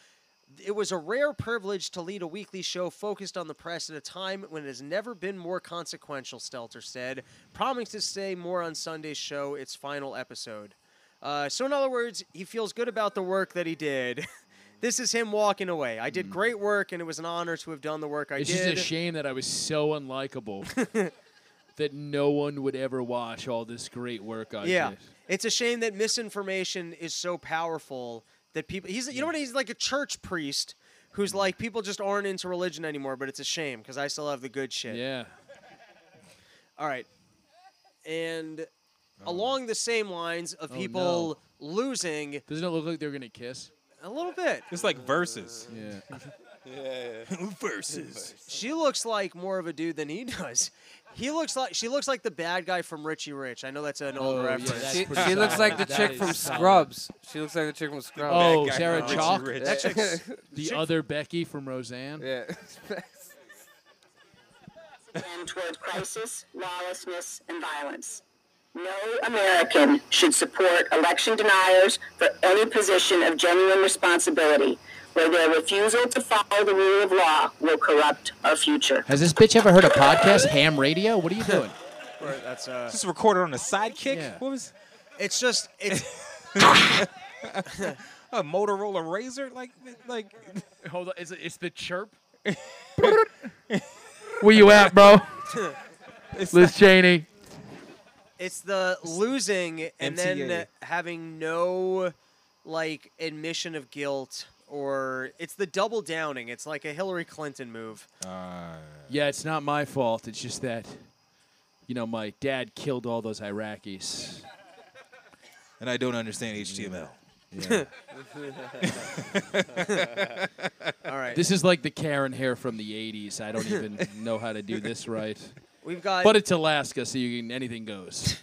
A: It was a rare privilege to lead a weekly show focused on the press at a time when it has never been more consequential, Stelter said, promising to say more on Sunday's show, its final episode. Uh, so, in other words, he feels good about the work that he did. this is him walking away. I did great work, and it was an honor to have done the work I
B: It's just
A: did.
B: Hmm. a shame that I was so unlikable that no one would ever watch all this great work I
A: yeah,
B: did.
A: it's a shame that misinformation is so powerful that people. He's you know what? He's like a church priest
B: Hmm.
A: who's like people just aren't into religion anymore. But it's a shame because I still have the good shit.
B: Yeah.
A: All right. And
B: Oh.
A: along the same lines of people losing
B: Doesn't it look like they're gonna kiss?
A: a little bit,
C: It's like verses.
B: Yeah.
C: Verses.
A: she looks like more of a dude than he does. He looks like she looks like the bad guy from Richie Rich. I know that's an old
B: Oh, yeah,
A: reference.
B: that's
D: She,
B: pretty
D: she looks
B: solid.
D: like the
B: That
D: chick
B: is
D: from
B: solid.
D: Scrubs. She looks like the chick from Scrubs.
B: Oh,
C: guy
B: Sarah
C: from Richie
B: Chalk,
C: Rich.
A: That chick's-
B: the other Becky from Roseanne.
D: Yeah.
J: and toward crisis, lawlessness, and violence. No American should support election deniers for any position of genuine responsibility, where their refusal to follow the rule of law will corrupt our future.
B: Has this bitch ever heard a podcast? Ham radio? What are you doing?
A: Or that's uh,
C: Just recorded on a sidekick.
B: Yeah.
C: What was
A: it's just it's
C: a Motorola Razor? Like like
B: Hold on, it's, it's the chirp. Where you at, bro?
C: it's
B: Liz Cheney.
A: it's the losing and then
C: MTA.
A: having no like admission of guilt or it's the double downing. It's like a Hillary Clinton move.
B: Yeah, it's not my fault. It's just that, you know, my dad killed all those Iraqis.
C: and I don't understand HTML.
A: All right,
B: This is like the Karen hair from the 80s. I don't even know how to do this right.
A: we've got
B: But it's Alaska, so you can, anything goes.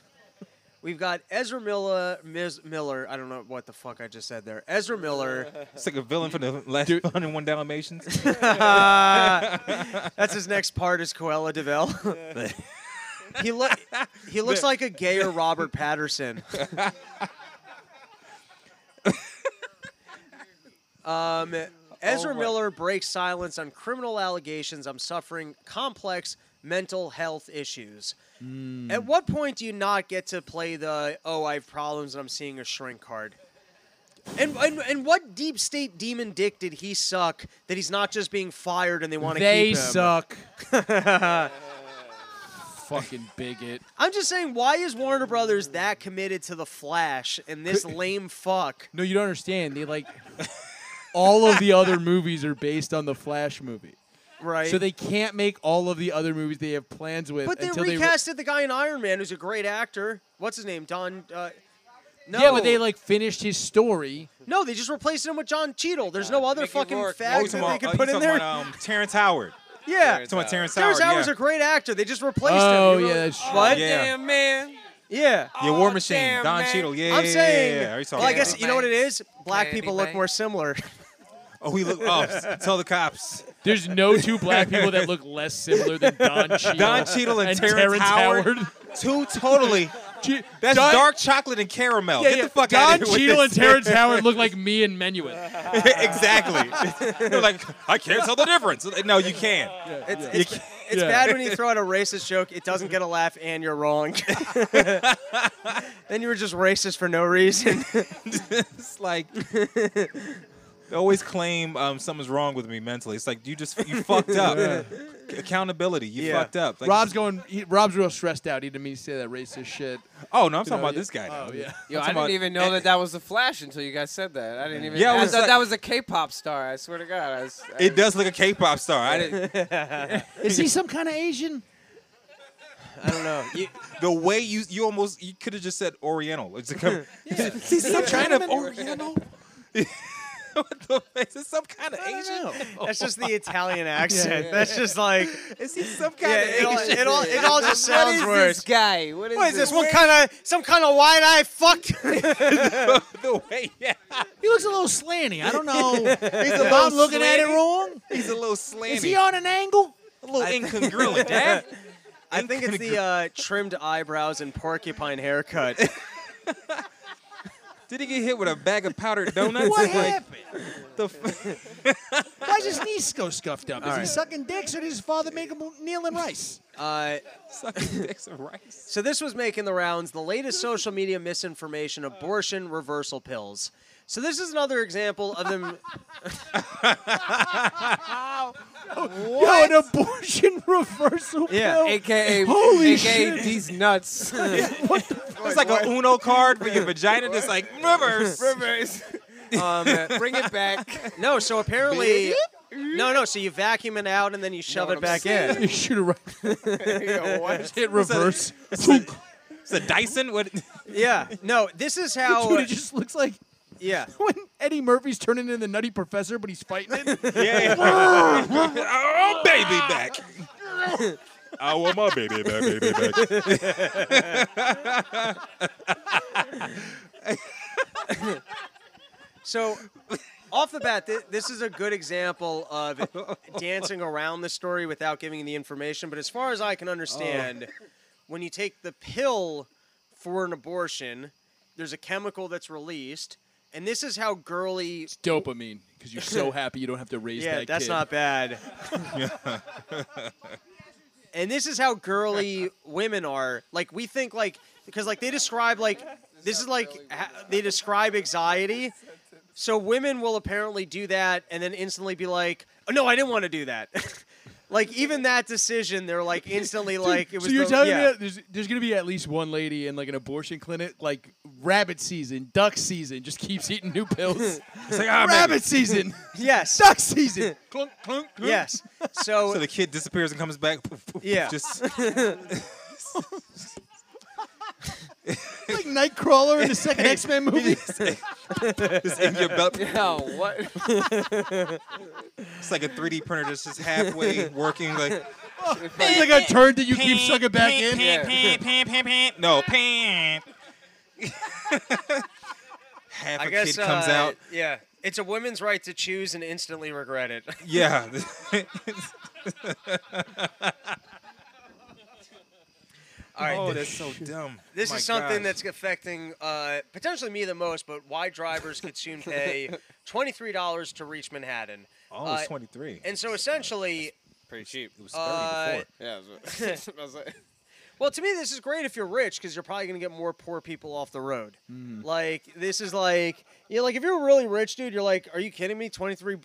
A: We've got Ezra Miller, Ms. Miller. I don't know what the fuck I just said there. Ezra Miller.
C: It's like a villain from the last
B: Dude.
C: 101 Dalmatians.
A: That's his next part is Coella Deville. he lo- he looks like a gayer Robert Patterson. um, Ezra Miller breaks silence on criminal allegations. I'm suffering complex mental health issues. At what point do you not get to play the "Oh, I have problems and I'm seeing a shrink" card? And, and and what deep state demon dick did he suck that he's not just being fired and they want to
B: They
A: keep him?
B: suck.
A: I'm
B: Fucking bigot.
A: just saying, why is Warner Brothers that committed to the Flash and this lame fuck?
B: No, you don't understand. They like all of the other movies are based on the Flash movie.
A: Right.
B: So they can't make all of the other movies they have plans with
A: but they
B: until
A: recasted the guy in Iron Man, who's a great actor. What's his name? Don. Uh,
B: they
A: no.
B: re- Yeah, but they like finished his story.
A: No, they just replaced him with John Cheadle. There's no other
D: Mickey
A: fucking
D: Rourke.
C: Oh,
A: fag
C: you
A: that
C: talking
A: they
C: about,
A: could
C: uh, you
A: put in
C: talking
A: there.
C: about, um, Terrence Howard.
A: yeah.
C: Talking about Terrence Howard.
A: Terrence Howard's
C: yeah.
A: a great actor. They just replaced
B: Oh,
A: him. You
B: yeah,
A: really-
B: that's true.
A: But
C: Yeah.
D: Damn man.
A: yeah.
C: Yeah, War Machine,
D: damn,
C: Don
D: man.
C: Cheadle. Yeah,
A: I'm
C: yeah,
A: saying.
C: yeah, yeah. Are you talking
A: well, I
C: about-
A: guess you know what it is. Black
D: Candy
A: people look
D: Bang.
A: more similar.
C: Oh, we look. Oh, s- tell the cops.
B: There's no two black people that look less similar than Don Cheadle.
C: Don Cheadle and Terrence Howard. Two totally.
B: Che-
C: That's
B: Don-
C: dark chocolate and caramel.
B: Yeah,
C: Get
B: yeah.
C: the fuck
B: Don
C: out of here. with
B: Cheadle and
C: this.
B: Terrence Howard look like me and Menuet.
C: exactly. They're like, I can't tell the difference. No, you can.
A: It's,
C: You
A: it's,
C: can't.
A: it's
B: Yeah.
A: bad when you throw out a racist joke, it doesn't get a laugh, and you're wrong. then you were just racist for no reason.
C: It's like they always claim um, something's wrong with me mentally. It's like you just you fucked up. Accountability. You
A: Yeah.
C: fucked up. Like,
B: Rob's going. He, Rob's real stressed out. He didn't mean to say that racist shit.
C: Oh no, I'm talking
B: know,
C: about
B: yeah.
C: this guy. now.
B: Oh yeah.
D: Yo,
C: I'm talking
D: I didn't
C: about-
D: even know that that was the Flash until you guys said that. I didn't even.
C: Yeah, it
D: I
C: was
D: thought
C: like-
D: that was a K-pop star. I swear to God. I was, I
C: It does look a K-pop star. I didn't,
B: Is he some kind of Asian?
A: I don't know. You-
C: the way you you almost you could have just said Oriental. It's like a, he's some kind of Oriental. what the is this some kind of Asian?
A: that's just the Italian accent. That's just like
C: Is he some kind
A: yeah, it,
C: of
A: all,
C: Asian?
A: it, all, it all just sounds
D: What is
A: worse.
D: this guy? What is,
A: What is this? One kind of some kind of wide eye fuck?
C: the way, yeah.
B: He looks a little slanty. I don't know.
C: He's a
B: If I'm looking at it wrong,
C: He's a little slanty.
B: is he on an angle?
C: a little incongruent, Dad?
A: I think it's the uh, trimmed eyebrows and porcupine haircut.
C: Did he get hit with a bag of powdered donuts?
B: What
C: It's like,
B: happened?
C: the f-
B: Why is his niece go scuffed up? Is he sucking dicks or did his father make him kneel in rice?
A: Uh,
C: sucking dicks of rice.
A: So this was making the rounds. The latest social media misinformation: abortion reversal pills. So this is another example of them.
B: What? Yo, an abortion reversal
A: Yeah.
B: pill.
D: AKA,
B: Holy
D: AKA
B: shit.
D: these nuts.
C: It's like a Uno card for your vagina. Just like reverse.
D: Bring it back.
A: No, so apparently, no, no. So you vacuum it out and then you shove it back in.
B: You shoot it right.
D: Yo, what?
B: Just hit reverse.
C: It's a Dyson. What?
A: Yeah. No, this is
B: Dude,
A: how.
B: it just looks like
A: Yeah.
B: when Eddie Murphy's turning into the Nutty Professor, but he's fighting it.
C: Yeah. oh, baby back. I want my baby back, baby back.
A: So off the bat, thi- this is a good example of dancing around the story without giving the information. But as far as I can understand, when you take the pill for an abortion, there's a chemical that's released. And this is how girly
B: Dopamine, because you're so happy you don't have to raise
A: yeah,
B: that
A: that's
B: kid.
A: not bad. and this is how girly women are. Like we think like because like they describe like this is like ha- they describe anxiety. So women will apparently do that and then instantly be like, "Oh no, I didn't want to do that." like even that decision, they're like instantly like it was.
B: so you're
A: the-
B: telling
A: yeah.
B: me that there's, there's gonna be at least one lady in like an abortion clinic, like rabbit season, duck season, just keeps eating new pills.
C: It's like ah,
B: rabbit
C: baby.
B: season,
A: Yes.
B: duck season. clunk, clunk, clunk.
A: Yes.
C: So
A: So
C: the kid disappears and comes back. poof, poof, poof,
A: Yeah.
C: Just
B: It's like Nightcrawler in the second X Men movie.
C: just in your belt.
D: Yo, what?
C: It's like a 3D printer that's just halfway working. Like
B: it's like a turd that you keep sucking back in.
C: no, pan. Half a
A: I guess
C: kid comes
A: uh,
C: out.
A: Yeah. It's a woman's right to choose and instantly regret it.
C: Yeah.
A: All right.
C: oh,
A: th-
C: that's so dumb.
A: This
C: My
A: is something
C: gosh.
A: that's affecting uh, potentially me the most, but why drivers could soon pay $23 to reach Manhattan.
C: Oh, it's
A: Uh,
C: 23.
A: And so essentially,
D: Pretty cheap.
C: it was 30
A: uh,
C: before.
D: Yeah. I was, I was like,
A: Well, to me, this is great if you're rich because you're probably going to get more poor people off the road.
D: Mm.
A: Like this is like yeah, like if you're really rich, dude, you're like, are you kidding me? Twenty three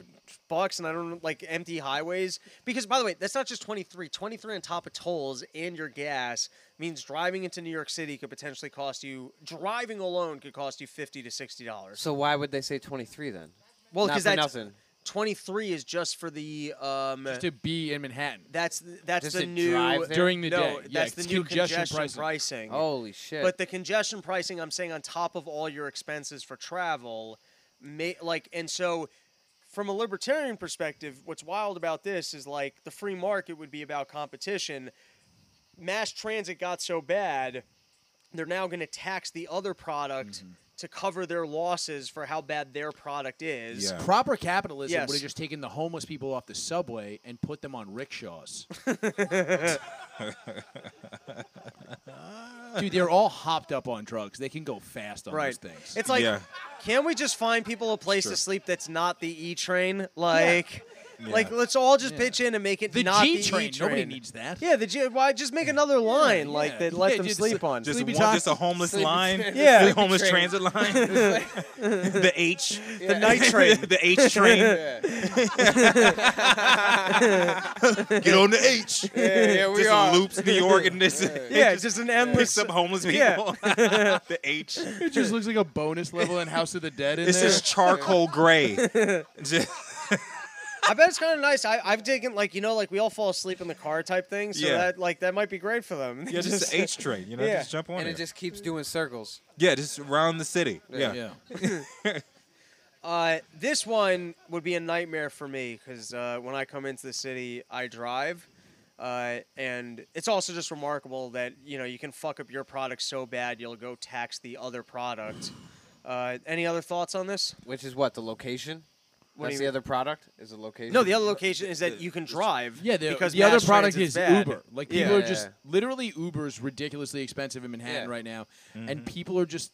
A: bucks and I don't like empty highways. Because by the way, that's not just 23. 23 on top of tolls and your gas means driving into New York City could potentially cost you driving alone could cost you fifty to sixty dollars.
D: So why would they say 23 then?
A: Well,
D: Not
A: because
D: for
A: that's
D: nothing.
A: 23 is just for the um
B: to be in Manhattan.
A: that's th- that's
B: Just
A: the
B: to
A: new
B: drive there? During the
A: no,
B: day.
A: That's
B: Yeah,
A: the
B: it's
A: new
B: congestion
A: congestion pricing.
B: pricing.
D: Holy shit.
A: But the congestion pricing, I'm saying, on top of all your expenses for travel, may, like, and so from a libertarian perspective, what's wild about this is like the free market would be about competition. Mass transit got so bad, they're now going to tax the other product. To cover their losses for how bad their product is,
B: Proper capitalism
A: Yes.
B: would have just taken the homeless people off the subway and put them on rickshaws. Dude, they're all hopped up on drugs. They can go fast on
A: right.
B: those things.
A: It's like,
B: Yeah.
A: can we just find people a place
B: Sure.
A: to sleep that's not the E train? Like, like
B: Yeah.
A: let's all just
B: Yeah.
A: pitch in and make it
B: The
A: not
B: G
A: the E
B: train.
A: train.
B: Nobody needs that.
A: Yeah, the G. Why just make another line like that? Let
B: Yeah,
A: them
B: just
A: sleep
B: a-
A: on.
C: Just
B: Sleepy
C: one,
B: Town-
C: just a homeless
B: Sleepy
C: line.
B: Town.
A: Yeah.
C: the homeless
A: Train.
C: transit line. the H.
A: The night train.
C: the H train.
E: Get on the H.
C: Yeah, yeah, we Just are. loops New York and this-
A: Yeah,
C: Yeah.
A: just, an endless.
C: Picks up homeless people.
A: Yeah.
C: the H.
B: It just looks like a bonus level in House of the Dead. In
C: This
B: there.
C: is charcoal gray. Just-
A: I bet it's kind of nice. I, I've taken like you know like we all fall asleep in the car type thing, so
C: Yeah.
A: that like that might be great for them.
C: yeah, just the H train. You know,
A: Yeah.
C: just jump on
D: and
C: it.
D: it just keeps doing circles.
C: yeah, just around the city. Yeah.
A: Uh, this one would be a nightmare for me because uh, when I come into the city, I drive. Uh, and it's also just remarkable that you know you can fuck up your product so bad you'll go tax the other product. Uh, any other thoughts on this?
D: Which is what the location.
A: What do
D: That's
A: you-
D: the other product. Is the location?
A: No, the other location is that you can drive.
B: Yeah, the,
A: because
B: the other
A: mass
B: product is
A: transit's bad.
B: Uber. Like people
A: Yeah.
B: are just literally Uber's ridiculously expensive in Manhattan
A: Yeah. Mm-hmm.
B: right now, and people are just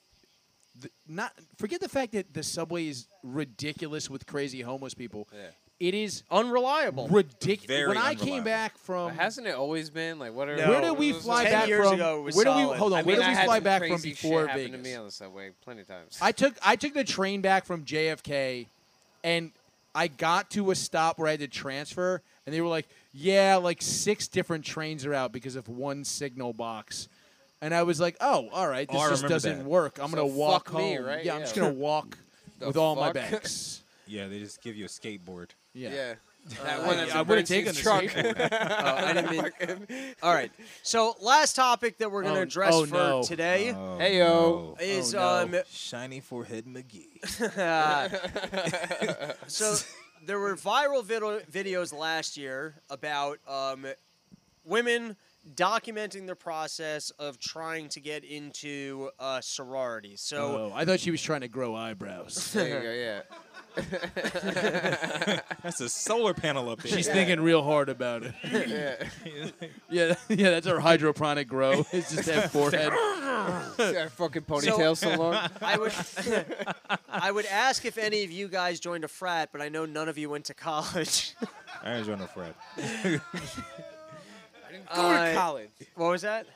B: th- not forget the fact that the subway is ridiculous with crazy homeless people. It is
A: unreliable.
B: Ridiculous.
D: Very
B: When I
D: unreliable.
B: came back from
D: Hasn't it always been like what are?
B: Where did we fly back from? where did we hold on?
D: I
B: where
D: mean,
B: did
D: I
B: we
D: had
B: fly
D: some
B: back from
D: crazy shit
B: before
D: happen
B: Vegas?
D: to me on the subway plenty of times.
B: I took I took the train back from JFK, and I got to a stop where I had to transfer, and they were like, "Yeah, like six different trains are out because of one signal box." And I was like, "Oh, all right, this
F: Oh, I
B: just
F: remember
B: doesn't
F: that.
B: work. I'm
F: So
B: gonna walk
F: fuck me,
B: home.
F: right?
B: Yeah, I'm
F: Yeah.
B: just gonna walk
F: The
B: with all my
F: fuck?
B: bags."
C: Yeah, they just give you a skateboard.
B: Yeah.
D: That
B: Uh,
D: one that's
B: I
D: in
B: would've
D: Bernstein's
B: taken the
D: trunk.
B: skateboard.
A: Oh, I didn't mean- All right. So last topic that we're going to
B: Oh,
A: address
B: oh,
A: for
B: no.
A: today.
B: Oh,
E: no.
A: Is
E: Oh, no.
A: um.
E: Shiny forehead McGee.
A: so there were viral vid- videos last year about um, women documenting their process of trying to get into uh, sororities. So
B: Oh, I thought she was trying to grow eyebrows.
A: There you go,
D: yeah.
C: That's a solar panel up there.
B: She's thinking real hard about it. yeah, yeah, that's our hydroponic grow. It's just that forehead.
D: that fucking ponytail so, long.
A: I would, I would ask if any of you guys joined a frat, but I know none of you went to college.
C: I ain't joining a frat.
A: Go to college. Uh, What was that?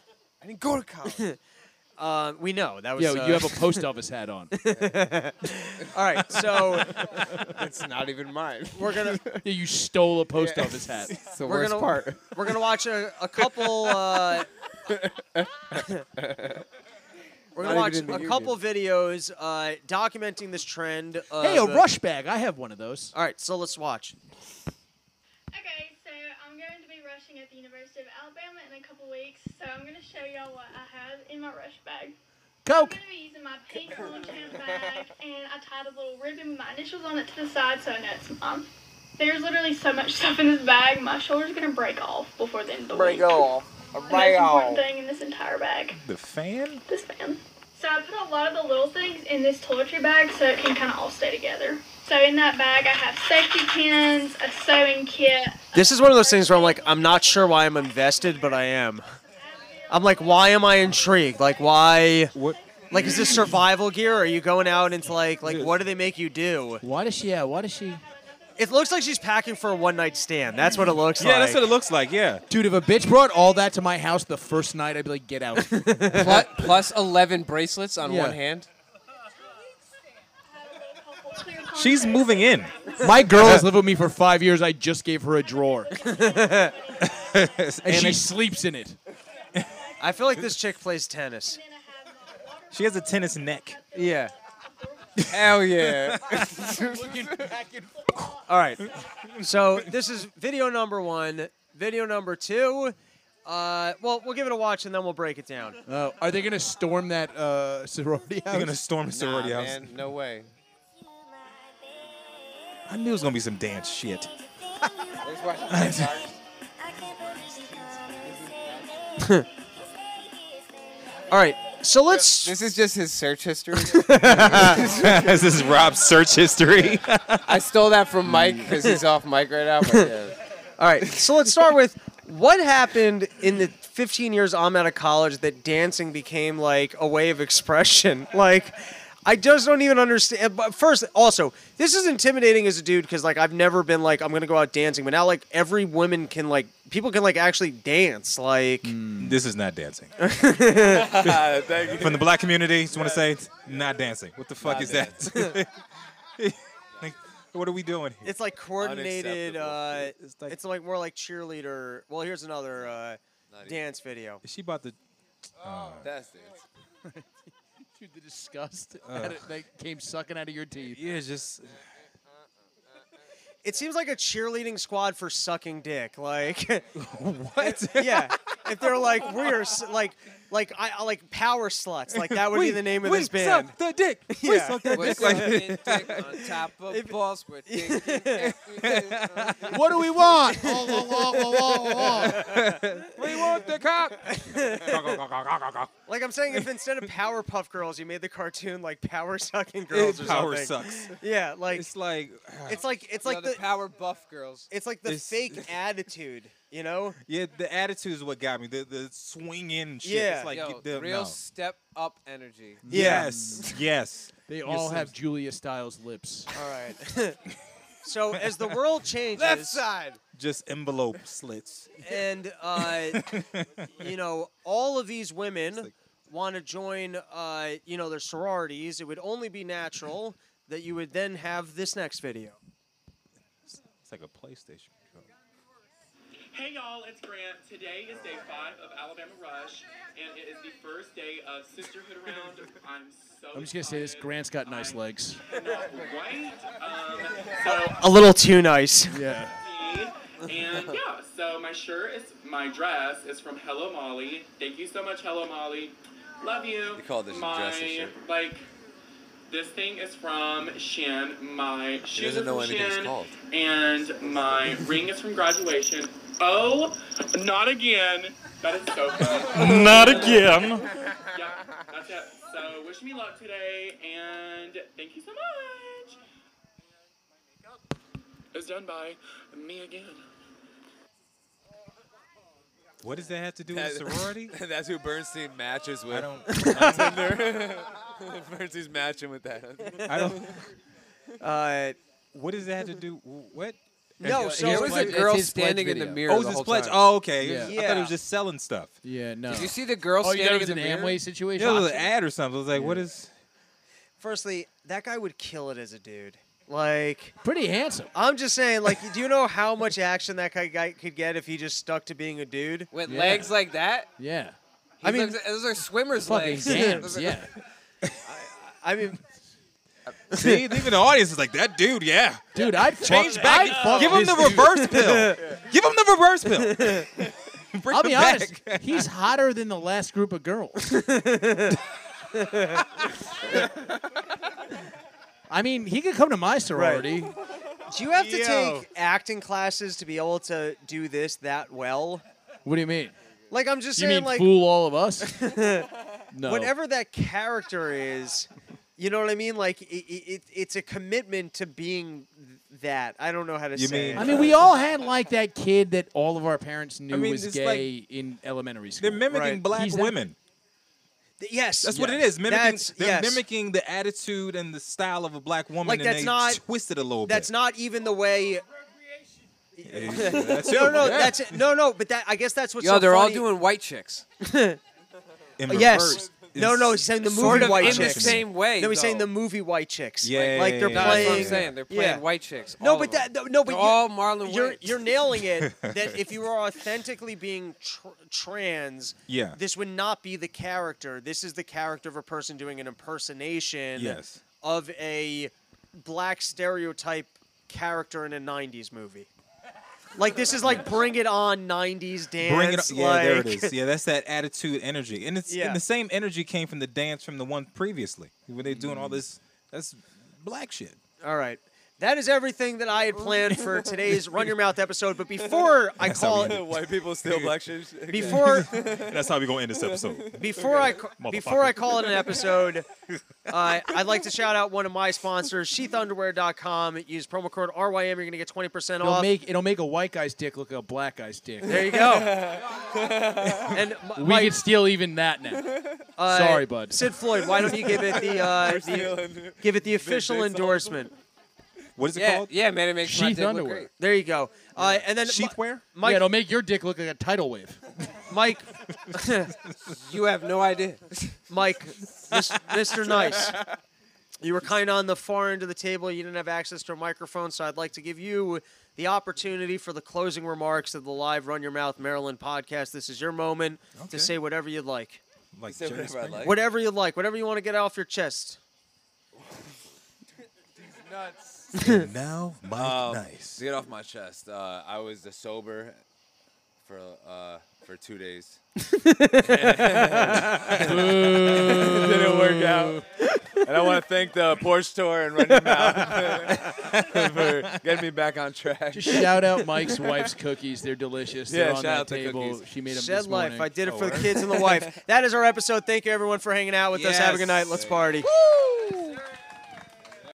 A: I didn't go to college. uh, we know that was.
B: Yeah,
A: uh,
B: you have a post office hat on.
A: All right, so
D: it's not even mine.
A: we're gonna
B: Yeah, you stole a post office hat.
D: It's the
A: we're
D: worst
A: gonna,
D: part.
A: We're gonna watch a, a couple. Uh, we're gonna
D: Not
A: watch
D: even in the
A: a
D: union.
A: couple videos uh, documenting this trend. Of,
B: hey, a rush bag. I have one of those.
A: All right, so let's watch.
K: Okay, so I'm going to be rushing at the University of Alabama in a couple weeks, so I'm going to show y'all what I have in my rush bag.
B: Coke.
K: I'm going to be using my pink little chunk bag, and I tied a little ribbon with my initials on it to the side so I know it's mine. There's literally so much stuff in this bag, my shoulder's going to break off before the end of the week. The most important thing in this entire bag.
C: The fan?
K: This fan. So I put a lot of the little things in this toiletry bag so it can kind of all stay together. So in that bag, I have safety pins, a sewing kit,
A: This is one of those things where I'm like, I'm not sure why I'm invested, but I am. I'm like, why am I intrigued? Like, why?
C: What?
A: Like, is this survival gear? Or are you going out into like, like, what do they make you do?
B: Why does she? Yeah, why does she?
A: It looks like she's packing for a one night stand. That's what it looks like.
C: Yeah, that's what it looks like. Yeah.
B: Dude, if a bitch brought all that to my house the first night, I'd be like, get out.
D: Plus, plus 11 bracelets on
B: Yeah.
D: one hand.
C: She's moving in.
B: My girl has lived with me for five years. I just gave her a drawer. and she
C: Annex-
B: sleeps in it.
A: I feel like this chick plays tennis.
C: She has a tennis neck.
A: Yeah.
D: Hell yeah.
A: All right. So this is video number one. Video number two. Uh, well, we'll give it a watch and then we'll break it down.
B: Uh, are they gonna storm that uh, sorority house?
C: They're gonna storm the sorority house.
D: no way.
C: I knew it was gonna be some dance shit.
A: All right. So let's.
D: This is just his search history.
C: this is Rob's search history.
D: I stole that from Mike because he's off mic right now. But yeah.
A: All right. So let's start with what happened in the 15 years I'm out of college that dancing became like a way of expression. Like, I just don't even understand. But first, also, this is intimidating as a dude because like I've never been like I'm gonna go out dancing, but now like every woman can like people can like actually dance. Like,
C: this is not dancing. From the black community, just want to say, it's not dancing. What the fuck
F: Not
C: is that? like, what are we doing here?
A: It's like coordinated. Uh,
C: Unacceptable.
A: it's,
C: It's
A: like,
C: like-
A: more like cheerleader. Well, here's another uh,
F: Not even-
A: dance video.
C: Is she about to?
F: That's
B: Dude, the disgust
C: Ugh.
B: that, that came sucking out of your teeth.
C: Yeah, just
A: It seems like a cheerleading squad for sucking dick. Like,
C: what?
A: yeah. If they're like we're s- like like I I like power sluts. Like that would be the name of this band.
C: the dick.
A: We Yeah. suck that
D: We're sucking dick on top of balls. We're thinking
B: What do we want? Oh, oh, oh, oh, oh,
C: we want the cop.
A: Like I'm saying, if instead of Powerpuff Girls, you made the cartoon like Power Sucking Girls or
C: Power
A: something.
C: sucks.
A: Yeah, like
C: It's like,
A: it's like it's like
D: the,
A: the
D: power buff girls.
A: it's like the
C: It's-
A: fake attitude. You know.
C: yeah, the attitude is what got me. The the swinging shit.
A: Yeah.
C: It's like
D: Yo,
C: you- the,
D: real
C: no.
D: step up energy.
C: Yes. yes.
B: They
C: Your
B: all
C: Sims.
B: have Julia Stiles lips.
A: All right. so as the world changes,
D: side.
C: Just envelope slits.
A: and uh, you know, all of these women want to join, uh, you know, their sororities. It would only be natural that you would then have this next video.
C: It's like a PlayStation. controller.
L: Hey y'all, it's Grant. Today is day five of Alabama Rush, and it is the first day of Sisterhood Round. I'm so
B: I'm just gonna say this: Grant's got nice legs.
L: cannot wait. Um, so
A: A little too nice.
B: Yeah.
L: and yeah, so my shirt is my dress is from Hello Molly. Thank you so much, Hello Molly. Love you.
F: You call this a
L: my,
F: dress a shirt?
L: Like this thing is from Shin. My shoes
F: doesn't
L: are
F: know
L: from
F: anything it's
L: Shin,
F: called.
L: and my ring is from graduation. Oh, not again. That is so fun.
C: Not again.
L: yeah, that's it. So wish me luck today, and thank you so much. It's done by me again.
C: What does that have to do with sorority?
F: That's who Bernstein matches with.
C: I don't.
F: on Tinder. Bernstein's matching with that.
C: I don't.
A: Uh,
C: What does that have to do? What?
A: no,
B: Here's
A: so
D: There
B: It's
D: was a
B: like- it's
D: girl
B: his pledge
D: standing in the
B: video.
D: mirror.
C: Oh, it
D: the
C: was his
D: whole
C: pledge.
D: time.
C: Oh, okay.
B: Yeah.
C: I thought it
A: Yeah.
C: was just selling stuff.
B: Yeah. No.
D: Did you see the girl
B: Oh, you thought
D: standing
B: it was
D: in
B: an
D: the mirror?
B: Amway situation?
C: Yeah, it was an ad or something. I was like, what is?
A: firstly, that guy would kill it as a dude. Like,
B: Pretty handsome.
A: I'm just saying, like, do you know how much action that guy- guy could get if he just stuck to being a dude?
D: With
B: Yeah.
D: legs like that?
B: Yeah.
D: I mean, those are swimmers'
B: Fucking
D: legs. Those
B: dams.
D: are-
B: Yeah.
A: I mean,
C: See, even the audience is like, that dude, yeah.
B: Dude, I'd
C: Change
B: fuck,
C: back.
B: I'd fuck
C: Give him
B: this
C: the
B: dude.
C: reverse pill. Give him the reverse pill. Bring
B: I'll
C: him
B: be
C: back.
B: honest. He's hotter than the last group of girls. I mean, he could come to my sorority.
A: do you have to
C: Yo.
A: take acting classes to be able to do this that well?
B: What do you mean?
A: Like, I'm just
B: You
A: saying,
B: mean
A: like,
B: fool all of us? no.
A: whatever that character is, you know what I mean? Like it, it, it's a commitment to being th- that. I don't know how to
C: You
A: say.
C: mean-
A: it.
B: I mean, we all had like that kid that all of our parents knew
C: mean,
B: was
C: it's
B: gay in elementary school.
C: They're mimicking
A: Right.
C: black
B: He's that-
C: women.
A: Th- Yes,
C: That's what it
A: Yes.
C: is. Mimicking,
A: That's-
C: they're
A: yes.
C: mimicking the attitude and the style of a black woman,
A: Like,
C: and
A: that's
C: they
A: not-
C: twist it a little
A: That's not even the way.
C: bit. That's
A: no, no,
C: it.
A: no,
C: Yeah.
A: that's it. no, no. But that I guess that's what's
D: Yo,
A: so
D: they're all
A: funny.
D: doing white chicks.
C: In
A: yes.
C: reverse.
A: No,
D: It's
A: no, he's saying the movie
D: sort of
A: White
D: in the
A: Chicks.
D: same way,
A: No, he's saying
D: though.
A: the movie White Chicks. Like-
D: Yeah,
A: like, they're
D: yeah, yeah, yeah.
A: playing.
D: That's what I'm saying. They're playing
A: yeah.
D: White Chicks,
A: No,
D: all
A: but
D: of 'em.
A: that. No, no, but
D: They're
A: you,
D: all Marlon
A: You're
D: Wayans.
A: you're nailing it. that if you were authentically being tr- trans,
C: Yeah.
A: this would not be the character. This is the character of a person doing an impersonation.
C: Yes.
A: Of a black stereotype character in a '90s movie. Like this is like Bring It On '90s dance.
C: Bring it up. Yeah, there it
A: like-
C: is. Yeah, that's that attitude energy. And it's
A: Yeah.
C: and the same energy came from the dance from the one previously. When they're
F: Mm.
C: doing all this that's black shit.
A: All right. That is everything that I had planned for today's Run Your Mouth episode. But before I
C: That's
A: call
C: how we
A: it,
F: White people steal black shit. Okay.
A: Before-
C: That's how we're gonna end this episode.
A: before I ca-
C: Motherfucker.
A: before I call it an episode, uh, I'd like to shout out one of my sponsors, SheathUnderwear.com. Use promo code RYM. You're gonna get 20%
B: It'll
A: off.
B: make it'll make a white guy's dick look like a black guy's dick.
A: there you go. and my,
B: we could steal even that now.
A: uh,
B: Sorry, bud.
A: Sid Floyd, why don't you give it the, uh, the give it the official endorsement?
C: What is it
D: Yeah,
C: called?
D: yeah, man, it makes my
B: Sheath
D: dick look
B: underwear.
D: great.
A: There you go. Uh, and then
C: Sheath wear?
A: Mike,
B: yeah, it'll make your dick look like a tidal wave.
A: Mike,
D: You have no idea.
A: Mike, this, Mr. Nice, you were kind of on the far end of the table. You didn't have access to a microphone, so I'd like to give you the opportunity for the closing remarks of the live Run Your Mouth Maryland podcast. This is your moment
C: Okay.
A: to say whatever you'd like.
C: Like
F: Say
C: Jerry
F: whatever I
C: Springer.
F: like.
A: Whatever you'd like, whatever you want to get off your chest.
C: And now Mike
F: Um,
C: Nice.
F: To get off my chest, uh, I was sober for uh, for two days. it didn't work out. And I want to thank the Porsche Tour and Run Your Mouth for getting me back on track.
B: Just shout out Mike's wife's cookies. They're delicious. They're
F: Yeah,
B: on
F: shout
B: that
F: out to
B: table.
F: cookies.
B: She made them
A: Shed
B: this
A: life.
B: morning.
A: I did it for the kids and the wife. That is our episode. Thank you, everyone, for hanging out with us. Have a good night. Let's
F: Yes.
A: party.
F: Woo!